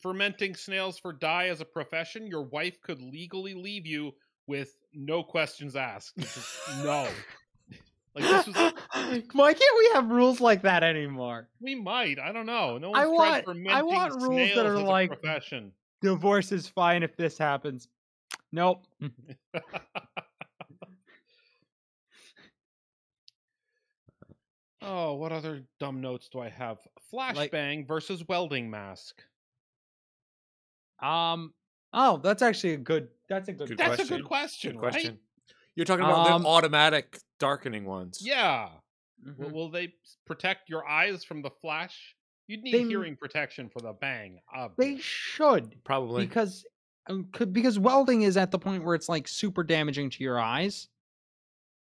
Speaker 1: fermenting snails for dye as a profession, your wife could legally leave you with no questions asked. It's just, no. Like this was
Speaker 3: Why can't we have rules like that anymore?
Speaker 1: we might, I don't know. No one's
Speaker 3: I
Speaker 1: tried
Speaker 3: want- I
Speaker 1: fermenting
Speaker 3: want rules that
Speaker 1: snails
Speaker 3: are
Speaker 1: as a
Speaker 3: like-
Speaker 1: profession.
Speaker 3: Divorce is fine if this happens. Nope.
Speaker 1: Mm. oh, what other dumb notes do I have?
Speaker 3: Like-
Speaker 1: Flashbang versus welding mask.
Speaker 3: Um. Oh, that's actually a good. That's a good.
Speaker 2: Good
Speaker 1: That's
Speaker 3: question.
Speaker 1: a good question,
Speaker 2: Good
Speaker 1: right?
Speaker 2: question. You're talking about
Speaker 3: Um,
Speaker 2: the automatic darkening ones.
Speaker 1: Yeah.
Speaker 3: Mhm.
Speaker 1: Will, will they s- protect your eyes from the flash? You'd need
Speaker 3: They-
Speaker 1: hearing protection for the bang.
Speaker 3: They
Speaker 1: obviously.
Speaker 3: should
Speaker 2: Probably.
Speaker 3: because um, could- because welding is at the point where it's like super damaging to your eyes.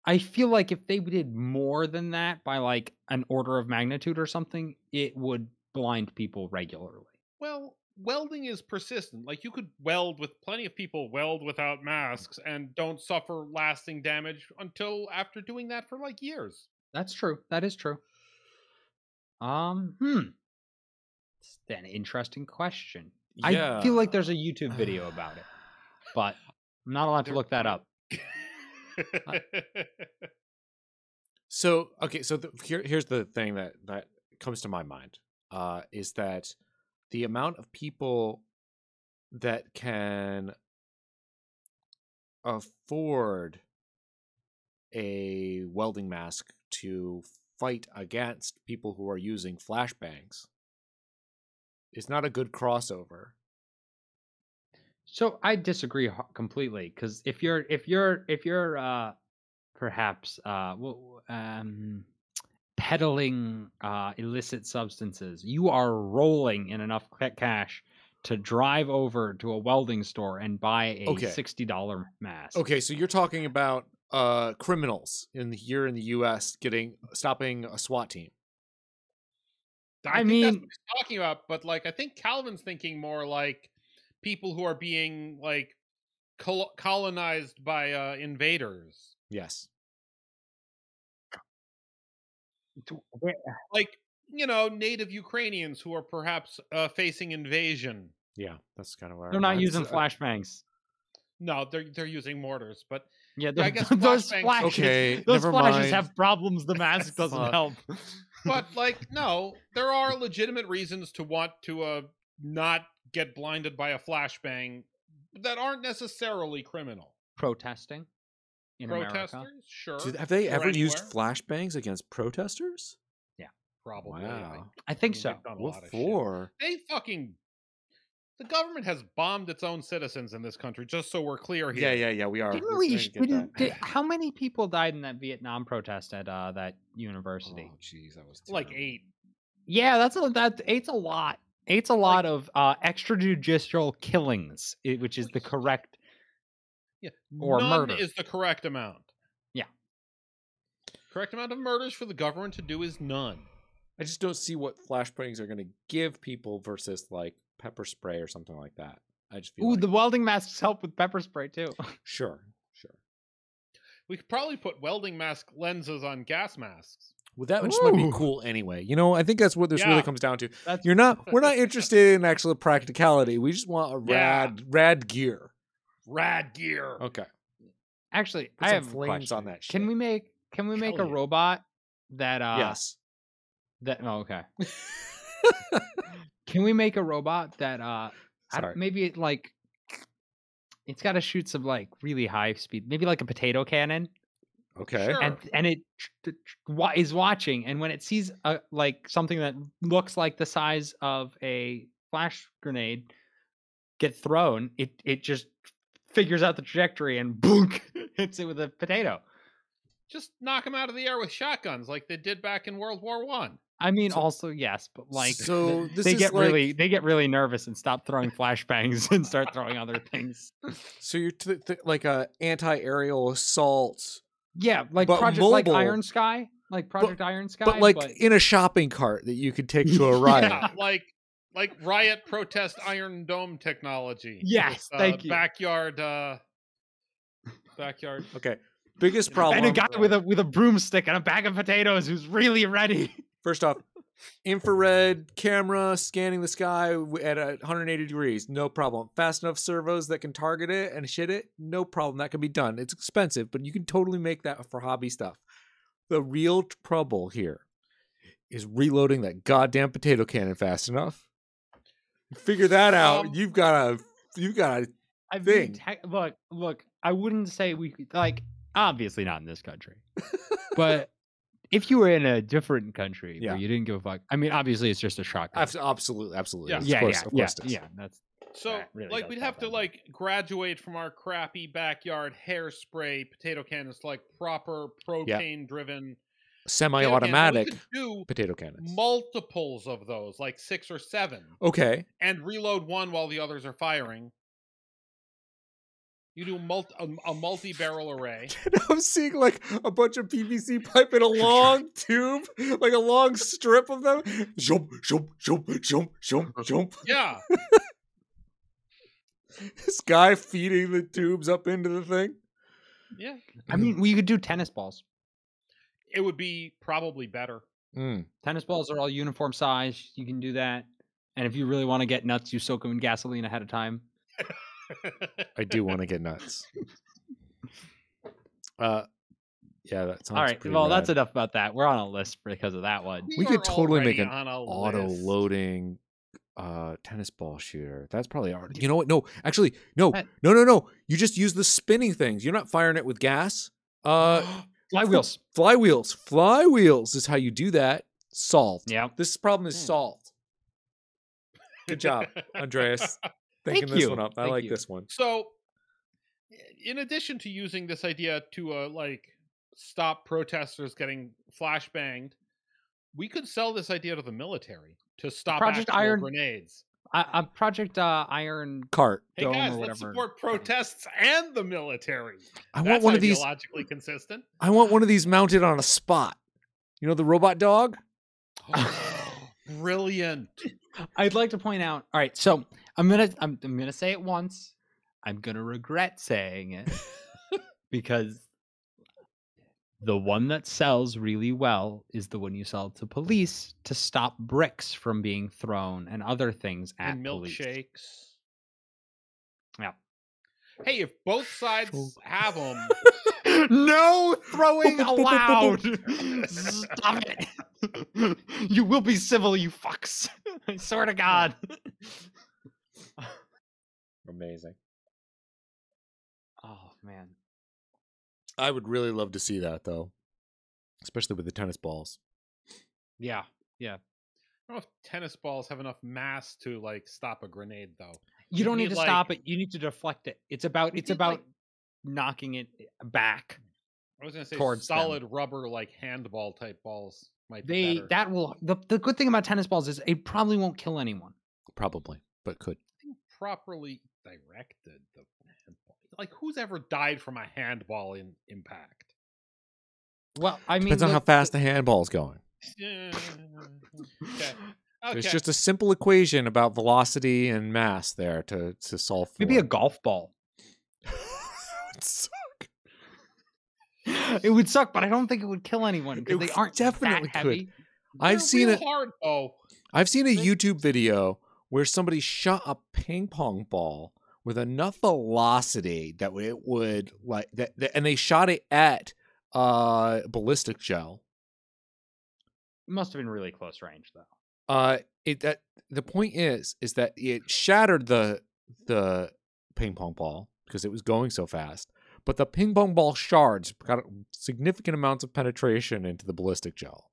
Speaker 3: I feel like if they did more than that by like an order of magnitude or something, it would blind people regularly.
Speaker 1: well, welding is persistent. Like you could weld with plenty of people weld without masks and don't suffer lasting damage until after doing that for like years.
Speaker 3: That's true. That is true. Um, hmm. It's an interesting question. I feel like there's a YouTube video about it, but I'm not allowed to
Speaker 1: There-
Speaker 3: look that up.
Speaker 2: So okay, so the, here here's the thing that that comes to my mind uh, is that the amount of people that can afford a welding mask to fight against people who are using flashbangs is not a good crossover.
Speaker 3: So I disagree ho- completely because if you're if you're if you're uh, perhaps uh, wo- um, peddling uh, illicit substances, you are rolling in enough ca- cash to drive over to a welding store and buy a
Speaker 2: Okay.
Speaker 3: sixty dollar mask.
Speaker 2: Okay, so you're talking about uh, criminals in the, here in the U.S. getting stopping a SWAT team.
Speaker 1: I, think that's
Speaker 3: I
Speaker 1: what
Speaker 3: mean-
Speaker 1: he's talking about, but like I think Calvin's thinking more like people who are being like col- colonized by uh, invaders.
Speaker 2: Yes.
Speaker 3: To- where-
Speaker 1: Like, you know, native Ukrainians who are perhaps uh, facing invasion.
Speaker 2: Yeah, that's uh, kind of where
Speaker 3: They're
Speaker 2: I'm
Speaker 3: not
Speaker 2: at.
Speaker 3: using
Speaker 2: So-
Speaker 3: flashbangs.
Speaker 1: No, they're they're using mortars, but
Speaker 3: Yeah,
Speaker 1: Yeah, I
Speaker 3: th-
Speaker 1: guess
Speaker 3: th- those
Speaker 1: flashbangs-
Speaker 3: flashes,
Speaker 2: Okay,
Speaker 3: those
Speaker 2: never
Speaker 3: flashes
Speaker 2: mind.
Speaker 3: have problems. The mask doesn't
Speaker 2: Fuck.
Speaker 3: help.
Speaker 1: but like no, there are legitimate reasons to want to uh not get blinded by a flashbang that aren't necessarily criminal.
Speaker 3: Protesting in
Speaker 1: Protesters,
Speaker 3: America.
Speaker 1: sure.
Speaker 2: Do- have they
Speaker 1: or
Speaker 2: ever used
Speaker 1: anywhere.
Speaker 2: flashbangs against protesters? Oh,
Speaker 1: Probably. I
Speaker 2: Wow.
Speaker 3: I think
Speaker 1: mean,
Speaker 3: so.
Speaker 1: they've done a
Speaker 2: What
Speaker 1: lot of shit.
Speaker 2: for?
Speaker 1: They fucking. The government has bombed its own citizens in this country. Just so we're clear here.
Speaker 2: Yeah, yeah, yeah. We are.
Speaker 3: Didn't
Speaker 2: Let's
Speaker 3: we?
Speaker 2: not
Speaker 3: sh-
Speaker 2: get
Speaker 3: we
Speaker 2: that.
Speaker 3: didn't, did, how many people died in that Vietnam protest at uh, that university?
Speaker 2: Oh, jeez, that was
Speaker 1: Like
Speaker 2: terrible.
Speaker 1: eight.
Speaker 3: Yeah, that's a, that. Eight's a lot. Eight's a lot of uh, extrajudicial killings, i- which is the correct.
Speaker 1: Yeah.
Speaker 3: Or
Speaker 1: None
Speaker 3: murder.
Speaker 1: is the correct amount.
Speaker 3: Yeah.
Speaker 1: Correct amount of murders for the government to do is none.
Speaker 2: I just don't see what flashbangs are going to give people versus like pepper spray or something like that. I just feel
Speaker 3: Ooh,
Speaker 2: like,
Speaker 3: the welding masks help with pepper spray too.
Speaker 2: sure, sure.
Speaker 1: We could probably put welding mask lenses on gas masks.
Speaker 2: Well, that just might be
Speaker 3: Ooh.
Speaker 2: cool anyway. You know, I think that's what this
Speaker 1: Yeah.
Speaker 2: really comes down to.
Speaker 3: That's
Speaker 2: You're not. We're not interested in actual practicality. We just want a
Speaker 1: Yeah.
Speaker 2: rad, rad gear.
Speaker 1: Rad gear.
Speaker 2: Okay.
Speaker 3: actually.
Speaker 2: Put
Speaker 3: I
Speaker 2: some
Speaker 3: have a
Speaker 2: flames
Speaker 3: question.
Speaker 2: on that. Shit.
Speaker 3: Can we make? Can we make
Speaker 1: Hell
Speaker 3: a
Speaker 1: yeah.
Speaker 3: robot that? Uh,
Speaker 2: yes.
Speaker 3: That. Oh, okay. Can we make a robot that? Uh, I
Speaker 2: Sorry.
Speaker 3: don't, maybe it like. It's got to shoot some like really high speed, maybe like a potato cannon.
Speaker 2: Okay.
Speaker 1: Sure.
Speaker 3: and and it tr- tr- tr- wa- is watching and when it sees a, like something that looks like the size of a flash grenade get thrown it it just figures out the trajectory and boom hits it with a potato
Speaker 1: Just knock them out of the air with shotguns like they did back in World War One.
Speaker 3: i mean
Speaker 2: So-
Speaker 3: also yes but like th-
Speaker 2: so this
Speaker 3: they
Speaker 2: is
Speaker 3: get
Speaker 2: like-
Speaker 3: really they get really nervous and stop throwing flashbangs and start throwing other things
Speaker 2: So you're t- th- like a anti-aerial assault,
Speaker 3: yeah like
Speaker 2: But
Speaker 3: project like
Speaker 2: mobile-
Speaker 3: iron sky like project iron sky
Speaker 2: but like in a shopping cart that you could take to a riot.
Speaker 1: Yeah, like like riot protest Iron Dome technology.
Speaker 3: Yes,
Speaker 1: with, uh,
Speaker 3: thank you.
Speaker 1: Backyard, uh, backyard.
Speaker 2: Okay. Biggest
Speaker 1: And a
Speaker 2: problem.
Speaker 3: and a guy with a with a broomstick and a bag of potatoes who's really ready
Speaker 2: First off, infrared camera scanning the sky w- at uh, 180 degrees no problem fast enough servos that can target it and shit it no problem that can be done it's expensive but you can totally make that for hobby stuff the real trouble here is reloading that goddamn potato cannon fast enough figure that out
Speaker 1: Um,
Speaker 2: you've got to you've got to
Speaker 3: I've
Speaker 2: thing.
Speaker 3: been tech- look, look. I wouldn't say we could- like obviously not in this country, but if you were in a different country
Speaker 2: Yeah.
Speaker 3: where you didn't give a fuck, I mean, obviously it's just a shotgun.
Speaker 2: absolutely absolutely
Speaker 1: Yeah.
Speaker 2: Of
Speaker 3: yeah,
Speaker 2: course-
Speaker 3: yeah,
Speaker 2: of
Speaker 3: yeah,
Speaker 2: course it is.
Speaker 3: yeah. That's
Speaker 1: So
Speaker 3: That really
Speaker 1: like
Speaker 3: does
Speaker 1: we'd
Speaker 3: sound
Speaker 1: have to
Speaker 3: bad.
Speaker 1: like graduate from our crappy backyard hairspray potato cannons to, like proper propane driven
Speaker 2: semi-automatic
Speaker 1: do
Speaker 2: potato cannons
Speaker 1: multiples of those, like six or seven,
Speaker 2: okay
Speaker 1: and reload one while the others are firing. You do multi, a, a multi-barrel array.
Speaker 2: I'm seeing like a bunch of PVC pipe in a long tube, like a long strip of them. Jump, jump, jump, jump, jump, jump.
Speaker 1: Yeah,
Speaker 2: This guy feeding the tubes up into the thing.
Speaker 1: yeah.
Speaker 2: Mm-hmm.
Speaker 3: I mean, we could do tennis balls.
Speaker 1: It would be probably better.
Speaker 2: Hmm,
Speaker 3: Tennis balls are all uniform size. You can do that. And if you really want to get nuts, you soak them in gasoline ahead of time.
Speaker 2: I do want to get nuts. Uh, yeah, that sounds
Speaker 3: all right. Well, that's enough about that. We're on a list because of that one.
Speaker 2: We could
Speaker 1: are
Speaker 2: totally make
Speaker 1: already
Speaker 2: an
Speaker 1: on a
Speaker 2: auto
Speaker 1: list.
Speaker 2: loading uh tennis ball shooter. That's probably already. You know what? No, actually, no,
Speaker 3: That-
Speaker 2: no, no, no. You just use the spinning things. You're not firing it with gas. Uh,
Speaker 3: Flywheels.
Speaker 2: flywheels flywheels is how you do that solved
Speaker 3: Yeah.
Speaker 2: this problem is
Speaker 1: Hmm.
Speaker 2: solved good job andreas thinking
Speaker 3: Thank
Speaker 2: this
Speaker 3: you.
Speaker 2: one up i
Speaker 3: Thank
Speaker 2: like
Speaker 3: you.
Speaker 2: this one
Speaker 1: So, i- in addition to using this idea to uh, like stop protesters getting flashbanged, we could sell this idea to the military to stop
Speaker 3: Project
Speaker 1: actual
Speaker 3: Iron-
Speaker 1: grenades.
Speaker 3: I, I Project uh, Iron.
Speaker 2: cart
Speaker 1: Hey
Speaker 3: Dome or
Speaker 1: guys, let's
Speaker 3: whatever.
Speaker 1: support protests and the military.
Speaker 2: i want
Speaker 1: That's
Speaker 2: one of these
Speaker 1: ideologically consistent.
Speaker 2: i want one of these mounted on a spot you know the robot dog
Speaker 1: Brilliant.
Speaker 3: I'd like to point out. All right, so I'm gonna I'm, I'm gonna say it once. I'm gonna regret saying it because the one that sells really well is the one you sell to police to stop bricks from being thrown and other things at
Speaker 1: and
Speaker 3: police.
Speaker 1: milkshakes.
Speaker 3: Yeah.
Speaker 1: Hey, if both sides have them,
Speaker 3: no throwing allowed. Stop it. you will be civil, you fucks. I swear to God.
Speaker 2: amazing
Speaker 3: Oh man.
Speaker 2: i would really love to see that though especially with the tennis balls
Speaker 3: Yeah.
Speaker 1: I don't know if tennis balls have enough mass to like stop a grenade though.
Speaker 3: you don't
Speaker 1: need,
Speaker 3: need to
Speaker 1: like-
Speaker 3: stop it you need to deflect it it's about it's
Speaker 1: need, like-
Speaker 3: about knocking it eh, back
Speaker 1: I was gonna say
Speaker 3: Towards them.
Speaker 1: solid rubber like handball type balls might be
Speaker 3: they
Speaker 1: better.
Speaker 3: that will the, the good thing about tennis balls is it probably won't kill anyone
Speaker 2: probably but could
Speaker 1: properly directed the handball. Like who's ever died from a handball in impact?
Speaker 3: well i mean
Speaker 2: depends on how fast the handball's going
Speaker 1: Yeah. okay. okay.
Speaker 2: there's just a simple equation about velocity and mass there to to solve for
Speaker 3: maybe a golf ball
Speaker 2: It's-
Speaker 3: it would suck but i don't think it would kill anyone
Speaker 2: It
Speaker 3: because they
Speaker 2: would-
Speaker 3: aren't
Speaker 2: definitely
Speaker 3: definitely
Speaker 2: could.
Speaker 3: that heavy
Speaker 1: They're
Speaker 2: I've seen
Speaker 1: real
Speaker 2: it.
Speaker 1: hard though.
Speaker 2: I've seen a
Speaker 1: Right.
Speaker 2: YouTube video where somebody shot a ping pong ball with enough velocity that it would like that, that and they shot it at uh ballistic gel.
Speaker 3: It must have been really close range though
Speaker 2: Uh it that the point is is that it shattered the the ping pong ball because it was going so fast, but the ping pong ball shards got significant amounts of penetration into the ballistic gel.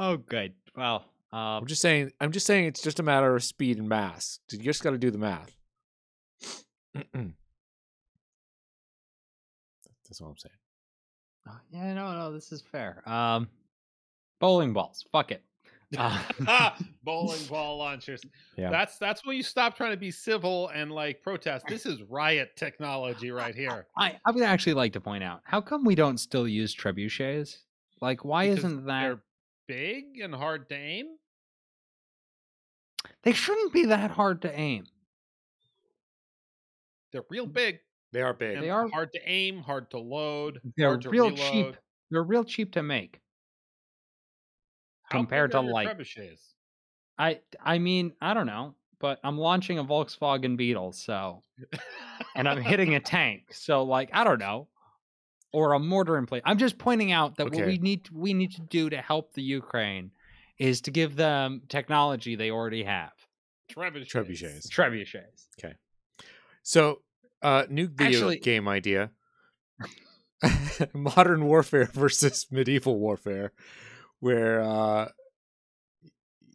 Speaker 3: oh good well um,
Speaker 2: I'm just saying. I'm just saying. It's just a matter of speed and mass. You just got to do the math. That's what I'm saying.
Speaker 3: Uh, yeah, no, no, this is fair. Um, bowling balls, fuck it. Uh,
Speaker 1: Ah, bowling ball launchers.
Speaker 2: Yeah.
Speaker 1: That's that's when you stop trying to be civil and like protest. This is riot technology right here.
Speaker 3: I, I would actually like to point out how come we don't still use trebuchets? Like, why
Speaker 1: Because
Speaker 3: isn't that?
Speaker 1: They're big and hard to aim.
Speaker 3: They shouldn't be that hard to aim.
Speaker 1: They're real big.
Speaker 2: They are
Speaker 1: And
Speaker 2: big.
Speaker 3: They are-
Speaker 1: hard to aim, hard to load.
Speaker 3: They're
Speaker 1: hard to
Speaker 3: real
Speaker 1: reload.
Speaker 3: cheap. They're real cheap to make.
Speaker 1: How
Speaker 3: compared
Speaker 1: big
Speaker 3: to
Speaker 1: are your
Speaker 3: like
Speaker 1: trebuchets?
Speaker 3: I I mean, I don't know, but I'm launching a Volkswagen Beetle, so and I'm hitting a tank. So like, I don't know. Or a mortar in place. I'm just pointing out that what
Speaker 2: Okay.
Speaker 3: we need to, we need to do to help the Ukraine is to give them technology they already have.
Speaker 1: trebuchets.
Speaker 2: Trebuchets.
Speaker 3: Trebuchets.
Speaker 2: So, uh, new video
Speaker 3: Actually-
Speaker 2: game idea: modern warfare versus medieval warfare, where, uh,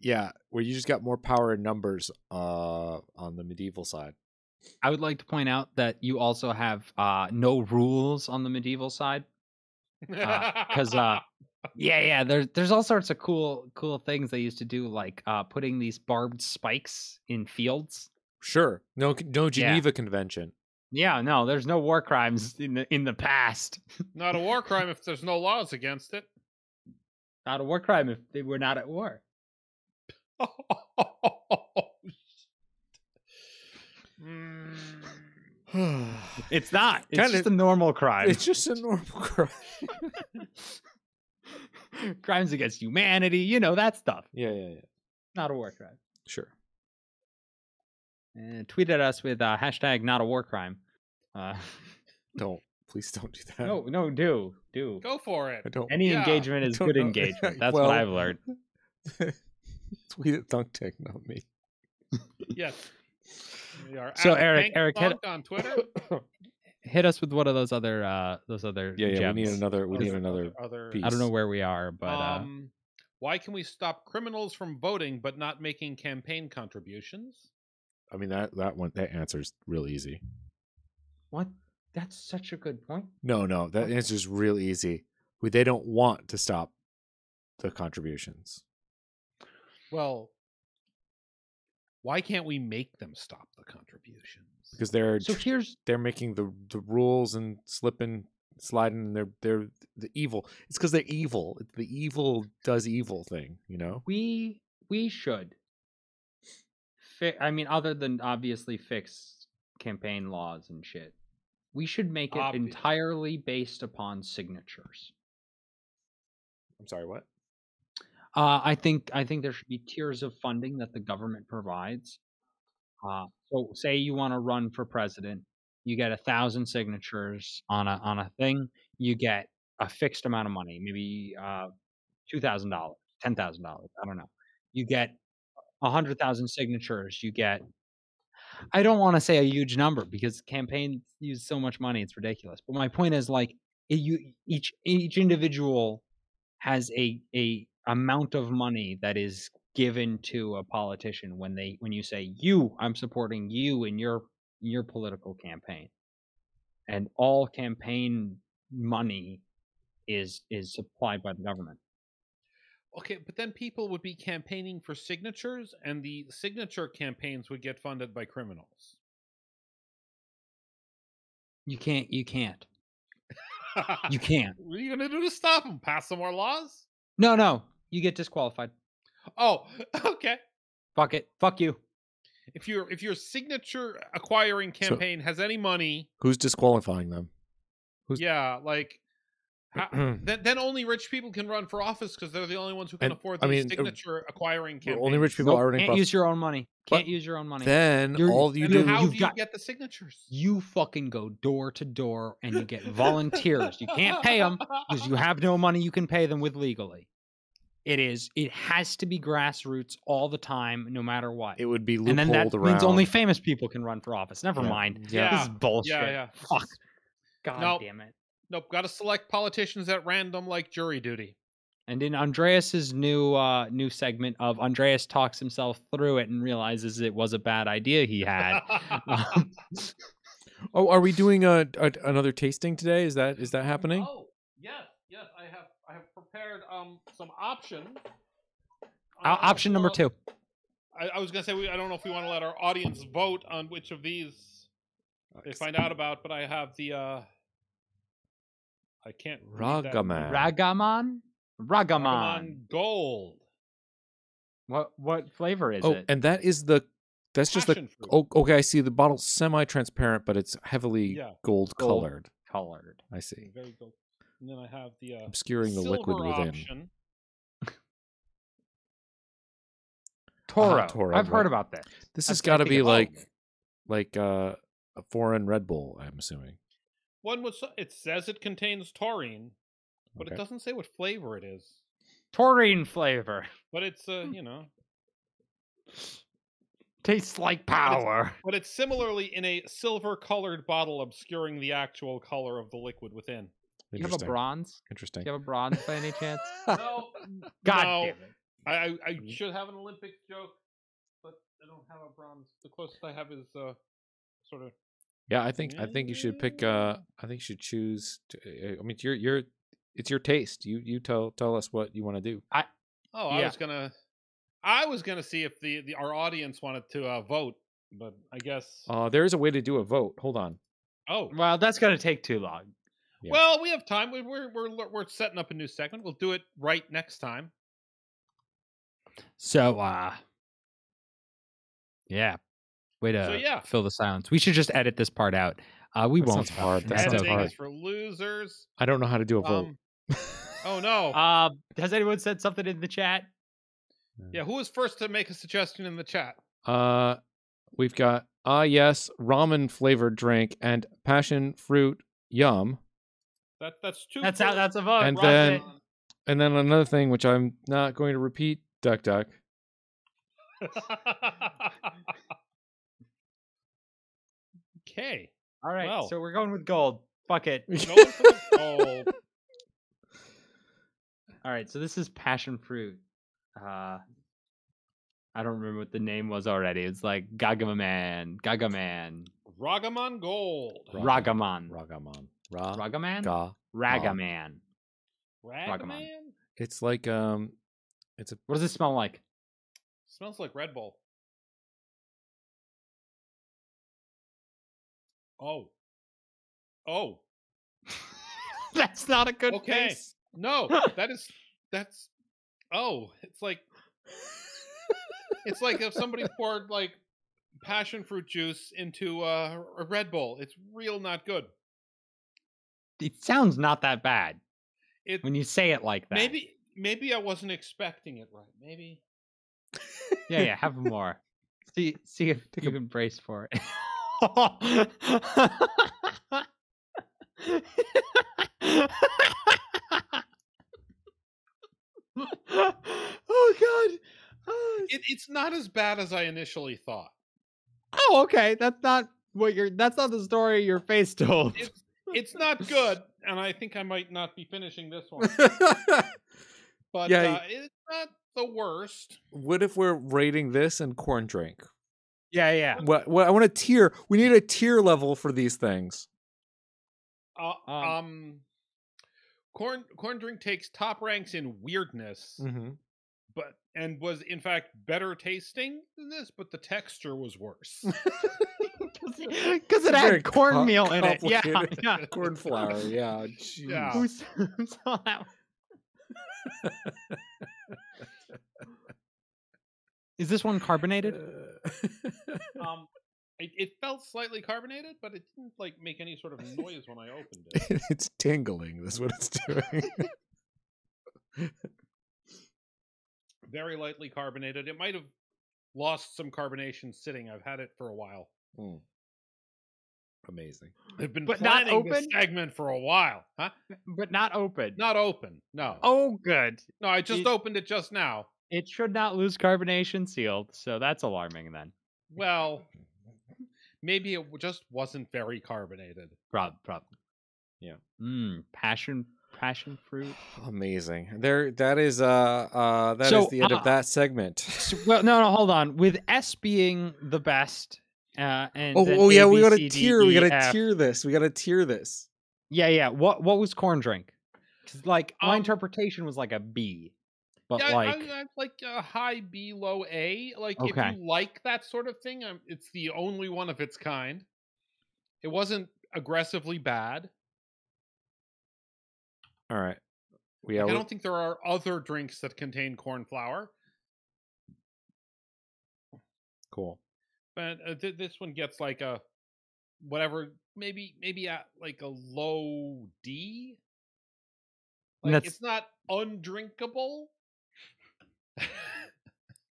Speaker 2: yeah, where you just got more power in numbers uh, on the medieval side.
Speaker 3: I would like to point out that you also have uh, no rules on the medieval side. because uh yeah yeah there's there's all sorts of cool cool things they used to do like uh putting these barbed spikes in fields
Speaker 2: Sure, no, no Geneva Convention.
Speaker 3: yeah no there's no war crimes in the in the past
Speaker 1: not a war crime if there's no laws against it.
Speaker 3: not a war crime if they were not at war
Speaker 1: Oh, Mm.
Speaker 3: it's not it's
Speaker 2: Kinda-
Speaker 3: just a normal crime
Speaker 2: it's just a normal crime.
Speaker 3: crimes against humanity you know that stuff
Speaker 2: yeah, yeah, yeah.
Speaker 3: not a war crime
Speaker 2: Sure.
Speaker 3: and tweet at us with uh, hashtag not a war crime uh
Speaker 2: Don't please don't do that.
Speaker 3: no no do do
Speaker 1: Go for it.
Speaker 2: I don't.
Speaker 3: any
Speaker 1: Yeah,
Speaker 3: engagement is
Speaker 2: don't
Speaker 3: good
Speaker 2: know.
Speaker 3: engagement that's
Speaker 2: Well,
Speaker 3: what i've learned
Speaker 2: Tweet at Dunk Tank, not me.
Speaker 1: Yes. We are
Speaker 3: So,
Speaker 1: at
Speaker 3: Eric-
Speaker 1: Hank
Speaker 3: Eric, hit-
Speaker 1: Funk on Twitter.
Speaker 3: hit us with one of those other uh those other
Speaker 2: Yeah, yeah. We need
Speaker 3: gems.
Speaker 2: another. We
Speaker 1: Other-
Speaker 2: need another.
Speaker 1: other,
Speaker 2: piece.
Speaker 3: I don't know where we are, but uh,
Speaker 1: um, why can we stop criminals from voting but not making campaign contributions?
Speaker 2: I mean that that one that answer's real easy.
Speaker 3: what? That's such a good point.
Speaker 2: No, no, that answer's real easy. We, they don't want to stop the contributions.
Speaker 1: Well, why can't we make them stop the contributions?
Speaker 2: because they're
Speaker 3: So here's
Speaker 2: they're making the the rules and slipping sliding and they're they're the evil it's because they're evil It's the evil does evil thing you know
Speaker 3: we we should. Fi- I mean, other than obviously fix campaign laws and shit, we should make it
Speaker 1: Obvious.
Speaker 3: entirely based upon signatures.
Speaker 2: i'm sorry what
Speaker 3: Uh, I think I think there should be tiers of funding that the government provides. Uh, so, say you want to run for president, you get a thousand signatures on a on a thing. You get a fixed amount of money, maybe uh, two thousand dollars, ten thousand dollars. I don't know. You get a hundred thousand signatures. You get. I don't want to say a huge number because campaigns use so much money; it's ridiculous. But my point is, like, it, you each each individual has a a amount of money that is given to a politician when they when you say you i'm supporting you in your your political campaign and all campaign money is is supplied by the government
Speaker 1: Okay, but then people would be campaigning for signatures, and the signature campaigns would get funded by criminals.
Speaker 3: you can't you can't you can't
Speaker 1: what are you going to do to stop them? Pass some more laws?
Speaker 3: no no you get disqualified
Speaker 1: Oh, okay.
Speaker 3: fuck it fuck you
Speaker 1: If your if your signature acquiring
Speaker 2: So-
Speaker 1: campaign has any money,
Speaker 2: who's disqualifying them Who's-
Speaker 1: yeah, like how, then, then only rich people can run for office because they're the only ones who can
Speaker 2: And,
Speaker 1: afford
Speaker 2: I
Speaker 1: the
Speaker 2: mean, uh,
Speaker 1: signature acquiring
Speaker 2: Well,
Speaker 1: campaign.
Speaker 2: only rich people
Speaker 3: Nope,
Speaker 2: are running
Speaker 3: can't
Speaker 2: buff-
Speaker 3: use your own money
Speaker 2: But
Speaker 3: can't use your own money
Speaker 2: then
Speaker 3: You're-
Speaker 2: all you
Speaker 1: and
Speaker 2: do
Speaker 1: then how
Speaker 3: you've
Speaker 1: do
Speaker 3: got-
Speaker 1: you get the signatures?
Speaker 3: you fucking go door to door and you get volunteers you can't pay them because
Speaker 1: Oh.
Speaker 3: you have no money you can pay them with legally. It is. It has to be grassroots all the time, no matter what.
Speaker 2: it would be
Speaker 3: and
Speaker 2: loopholed
Speaker 3: then that
Speaker 2: around
Speaker 3: means only famous people can run for office. Never
Speaker 2: Yeah.
Speaker 3: mind. This
Speaker 1: Yeah.
Speaker 3: is bullshit.
Speaker 1: Yeah, yeah.
Speaker 3: Fuck. God
Speaker 1: Nope.
Speaker 3: damn it.
Speaker 1: Nope, got to select politicians at random like jury duty.
Speaker 3: And in Andreas's new uh, new segment of Andreas talks himself through it and realizes it was a bad idea he had. Um,
Speaker 2: oh are we doing a, a another tasting today is that is that happening
Speaker 1: Oh, yes, yes, I have I have prepared um some options. I don't know
Speaker 3: o-
Speaker 1: if
Speaker 3: option
Speaker 1: we
Speaker 3: number
Speaker 1: wanna-
Speaker 3: two.
Speaker 1: I, I was gonna say we, I don't know if we want to let our audience vote on which of these they find out about, but I have the uh I can't read that.
Speaker 2: ragaman
Speaker 3: Ragaman. Ragaman.
Speaker 1: Ragaman gold.
Speaker 3: What what flavor is
Speaker 2: oh
Speaker 3: it?
Speaker 2: and that is the that's just the
Speaker 1: Passion fruit.
Speaker 2: oh, okay i see the bottle semi-transparent but it's heavily
Speaker 1: Yeah.
Speaker 2: gold colored
Speaker 3: Colored.
Speaker 2: i see
Speaker 1: Very gold. And then I have the uh
Speaker 2: obscuring the liquid
Speaker 1: silver
Speaker 2: within
Speaker 1: option.
Speaker 3: Toro.
Speaker 2: Uh-huh, Toro,
Speaker 3: I've
Speaker 2: right.
Speaker 3: heard about this.
Speaker 2: This
Speaker 3: I
Speaker 2: has
Speaker 3: can't
Speaker 2: got to
Speaker 3: think
Speaker 2: be
Speaker 3: of- oh.
Speaker 2: like like uh, a foreign Red Bull. I'm assuming.
Speaker 1: One was uh, it says it contains taurine, but it
Speaker 2: Okay.
Speaker 1: doesn't say what flavor it is.
Speaker 3: Taurine flavor.
Speaker 1: But it's uh,
Speaker 3: Hmm.
Speaker 1: you know,
Speaker 3: Tastes like power.
Speaker 1: but it's similarly in a silver-colored bottle, obscuring the actual color of the liquid within.
Speaker 3: You have a
Speaker 2: Interesting.
Speaker 3: bronze?
Speaker 2: Interesting.
Speaker 3: You have a bronze by any chance?
Speaker 1: No,
Speaker 3: God
Speaker 1: No.
Speaker 3: damn it.
Speaker 1: I, I, I
Speaker 2: Mm-hmm.
Speaker 1: should have an Olympic joke, but I don't have a bronze. The closest I have is uh, sort of
Speaker 2: Yeah, I think I think you should pick. Uh, I think you should choose. To, uh, I mean, it's your your it's your taste. You you tell tell us what you want to do.
Speaker 1: Oh, I
Speaker 3: Yeah.
Speaker 1: was gonna, I was gonna see if the, the our audience wanted to uh, vote, but I guess.
Speaker 2: Uh, there is a way to do a vote. Hold on.
Speaker 1: oh,
Speaker 3: Well, that's gonna take too long.
Speaker 2: yeah.
Speaker 1: well, we have time. We, we're we're l- we're setting up a new segment. We'll do it right next time.
Speaker 3: So uh Yeah. Way to
Speaker 1: So, yeah.
Speaker 3: fill the silence. We should just edit this part out. Uh we
Speaker 2: That
Speaker 3: won't
Speaker 2: sounds hard. That
Speaker 3: That's
Speaker 2: sounds
Speaker 1: Editing
Speaker 3: okay.
Speaker 2: hard.
Speaker 1: is for losers.
Speaker 2: I don't know how to do a vote.
Speaker 1: Um, oh no!
Speaker 3: Uh, has anyone said something in the chat?
Speaker 1: yeah, who was first to make a suggestion in the chat?
Speaker 2: Uh, we've got ah yes, ramen flavored drink and passion fruit yum,
Speaker 1: That that's two.
Speaker 3: That's out
Speaker 1: for
Speaker 3: that's a vote.
Speaker 2: And
Speaker 3: Rock it.
Speaker 2: then- and then another thing which I'm not going to repeat. Duck duck.
Speaker 1: okay.
Speaker 3: all right,
Speaker 1: well.
Speaker 3: so we're going with gold. Fuck it.
Speaker 1: No one put a poll.
Speaker 3: All right, so this is passion fruit. Uh I don't remember what the name was already. It's like Gagaman, Gagaman,
Speaker 1: Ragamon Gold.
Speaker 2: Raga-
Speaker 3: Ragaman,
Speaker 2: Ragamon. Ra.
Speaker 3: Ragaman,
Speaker 2: Ga.
Speaker 3: Ragaman.
Speaker 1: Ragaman
Speaker 2: It's like um, it's a
Speaker 3: What does it smell like?
Speaker 1: smells like Red Bull. Oh. Oh.
Speaker 3: That's not a good
Speaker 1: Okay.
Speaker 3: face.
Speaker 1: No, that is that's oh, it's like it's like if somebody poured like passion fruit juice into uh, a Red Bull. It's real not good.
Speaker 3: It sounds not that bad
Speaker 1: It
Speaker 3: when you say it like that.
Speaker 1: maybe maybe I wasn't expecting it right. Maybe
Speaker 3: Yeah, yeah. Have more. See, see if you can brace for it. Oh, oh God. Oh,
Speaker 1: it, it's not as bad as I initially thought.
Speaker 3: Oh, okay. That's not what you're. That's not the story your face told.
Speaker 1: It's it's not good, and I think I might not be finishing this one. But
Speaker 2: Yeah,
Speaker 1: uh,
Speaker 2: y-
Speaker 1: it's not the worst.
Speaker 2: What if we're rating this and corn drink?
Speaker 3: Yeah, yeah.
Speaker 2: What, what I want a tier. We need a tier level for these things.
Speaker 1: Uh,
Speaker 3: Um,
Speaker 1: um, corn corn drink takes top ranks in weirdness,
Speaker 3: Mm.
Speaker 2: Mm-hmm.
Speaker 1: but and was in fact better tasting than this, but the texture was worse.
Speaker 3: Because it
Speaker 2: Very
Speaker 3: had
Speaker 2: co-
Speaker 3: cornmeal in it. Yeah,
Speaker 2: complicated.
Speaker 3: yeah.
Speaker 2: Corn flour. Yeah. Jeez.
Speaker 1: Yeah.
Speaker 3: Who s- who saw that one? Is this one carbonated?
Speaker 1: um, it, it felt slightly carbonated, but it didn't like make any sort of noise when I opened it.
Speaker 2: it's tingling. That's what it's doing.
Speaker 1: Very lightly carbonated. It might have lost some carbonation sitting. I've had it for a while.
Speaker 2: Amazing.
Speaker 1: I've been
Speaker 3: But not
Speaker 1: planning this
Speaker 3: open?
Speaker 1: segment for a while, huh?
Speaker 3: But not open.
Speaker 1: Not open. No.
Speaker 3: Oh, good.
Speaker 1: no, I just
Speaker 3: it-
Speaker 1: opened it just now.
Speaker 3: It should not lose carbonation sealed, so that's alarming then.
Speaker 1: Well, maybe it w- just wasn't very carbonated.
Speaker 3: Prob, prob.
Speaker 2: Yeah.
Speaker 3: Mm, passion, passion fruit.
Speaker 2: Amazing. There. That is. Uh. Uh. That is
Speaker 3: So,
Speaker 2: the end
Speaker 3: uh,
Speaker 2: of that segment.
Speaker 3: So- well, no, no, hold on. With S being the best, uh, and
Speaker 2: Oh,
Speaker 3: then
Speaker 2: oh
Speaker 3: A,
Speaker 2: yeah, we
Speaker 3: B,
Speaker 2: got
Speaker 3: C,
Speaker 2: to
Speaker 3: D,
Speaker 2: tier. We
Speaker 3: E,
Speaker 2: got to
Speaker 3: F.
Speaker 2: tier this. We got to tier this.
Speaker 3: Yeah, yeah. What what was corn drink? 'Cause, like my
Speaker 1: Um,
Speaker 3: interpretation was like a B, but
Speaker 1: yeah,
Speaker 3: like
Speaker 1: I, I, I like uh, high B, low A. Like
Speaker 3: Okay.
Speaker 1: if you like that sort of thing, i it's the only one of its kind. It wasn't aggressively bad.
Speaker 2: All right. We. Yeah,
Speaker 1: I
Speaker 2: we-
Speaker 1: don't think there are other drinks that contain corn flour,
Speaker 2: cool.
Speaker 1: but uh, th- this one gets like a whatever, maybe maybe at like a low D. Like
Speaker 3: That's-
Speaker 1: it's not undrinkable.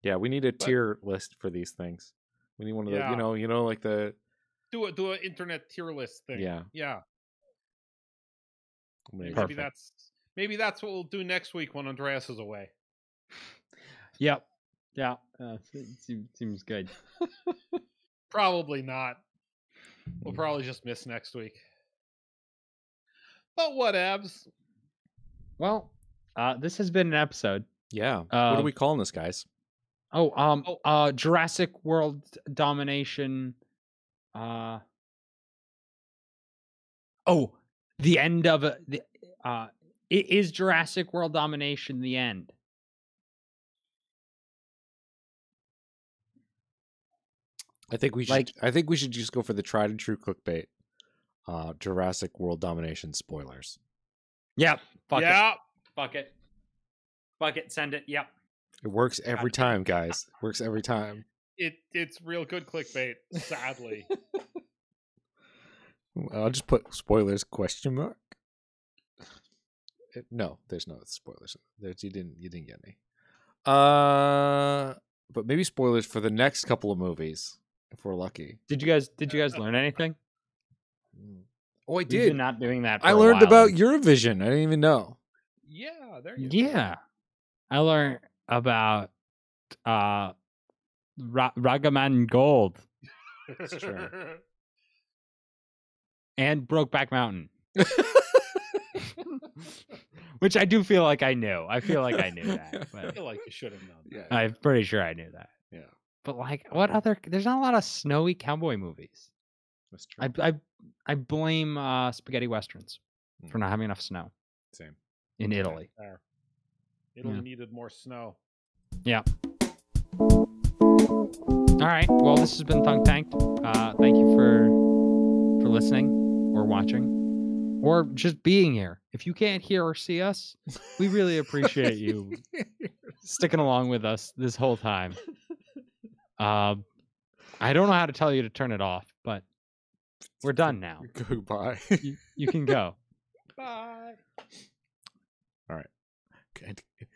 Speaker 2: Yeah, we need a
Speaker 1: But-
Speaker 2: tier list for these things. We need one of the
Speaker 1: Yeah.
Speaker 2: you know, you know, like the
Speaker 1: Do a do an internet tier list thing.
Speaker 2: yeah.
Speaker 1: Yeah.
Speaker 2: Maybe.
Speaker 1: Maybe
Speaker 3: Perfect.
Speaker 1: that's maybe that's what we'll do next week when Andreas is away.
Speaker 3: Yep. Yeah. Uh, seems, seems good.
Speaker 1: Probably not. We'll
Speaker 2: Mm.
Speaker 1: probably just miss next week. But whatevs.
Speaker 3: Well, uh, this has been an episode.
Speaker 2: Yeah. what
Speaker 3: Uh,
Speaker 2: are we calling this, guys?
Speaker 3: Oh, um,
Speaker 1: Oh.
Speaker 3: uh, Jurassic World domination. Uh. Oh, the end of a- the. Uh, i- is Jurassic World domination the end?
Speaker 2: I think we should.
Speaker 3: like-
Speaker 2: I think we should just go for the tried and true clickbait. Uh, Jurassic World domination spoilers.
Speaker 3: Yep.
Speaker 1: yeah.
Speaker 3: Fuck it. Fuck it. Send it. Yep.
Speaker 2: It works every time, guys. Works every time.
Speaker 1: It. it's real good clickbait, sadly.
Speaker 2: I'll just put spoilers question mark. Uh, No, there's no spoilers. There's you didn't you didn't get me. Uh, but maybe spoilers for the next couple of movies if we're lucky.
Speaker 3: Did you guys? Did you guys learn anything?
Speaker 2: Oh, Uh, I
Speaker 3: We've been
Speaker 2: did.
Speaker 3: not doing that.
Speaker 2: I
Speaker 3: for a
Speaker 2: learned
Speaker 3: while.
Speaker 2: about Eurovision. I didn't even know.
Speaker 1: yeah. There you go.
Speaker 3: Yeah, I learned about uh, Ra- Ragaman Gold
Speaker 2: That's true.
Speaker 3: and Brokeback Mountain, which I do feel like I knew. I feel like I knew that.
Speaker 1: I
Speaker 3: But
Speaker 1: feel like you should have known. that.
Speaker 2: Yeah.
Speaker 3: I'm pretty sure I knew that.
Speaker 2: Yeah.
Speaker 3: But like, what other? There's not a lot of snowy cowboy movies.
Speaker 2: That's true.
Speaker 3: I I I blame uh, spaghetti westerns for
Speaker 2: Mm.
Speaker 3: not having enough snow
Speaker 2: Same.
Speaker 3: in Italy.
Speaker 1: Fair. Italy
Speaker 3: Yeah.
Speaker 1: needed more snow.
Speaker 3: All right. Well, this has been Thunk Tanked. Uh, thank you for for listening or watching or just being here. If you can't hear or see us, we really appreciate you sticking along with us this whole time. Um, I don't know how to tell you to turn it off, but we're done now.
Speaker 2: Goodbye.
Speaker 3: You, you can go.
Speaker 1: Bye.
Speaker 2: Okay.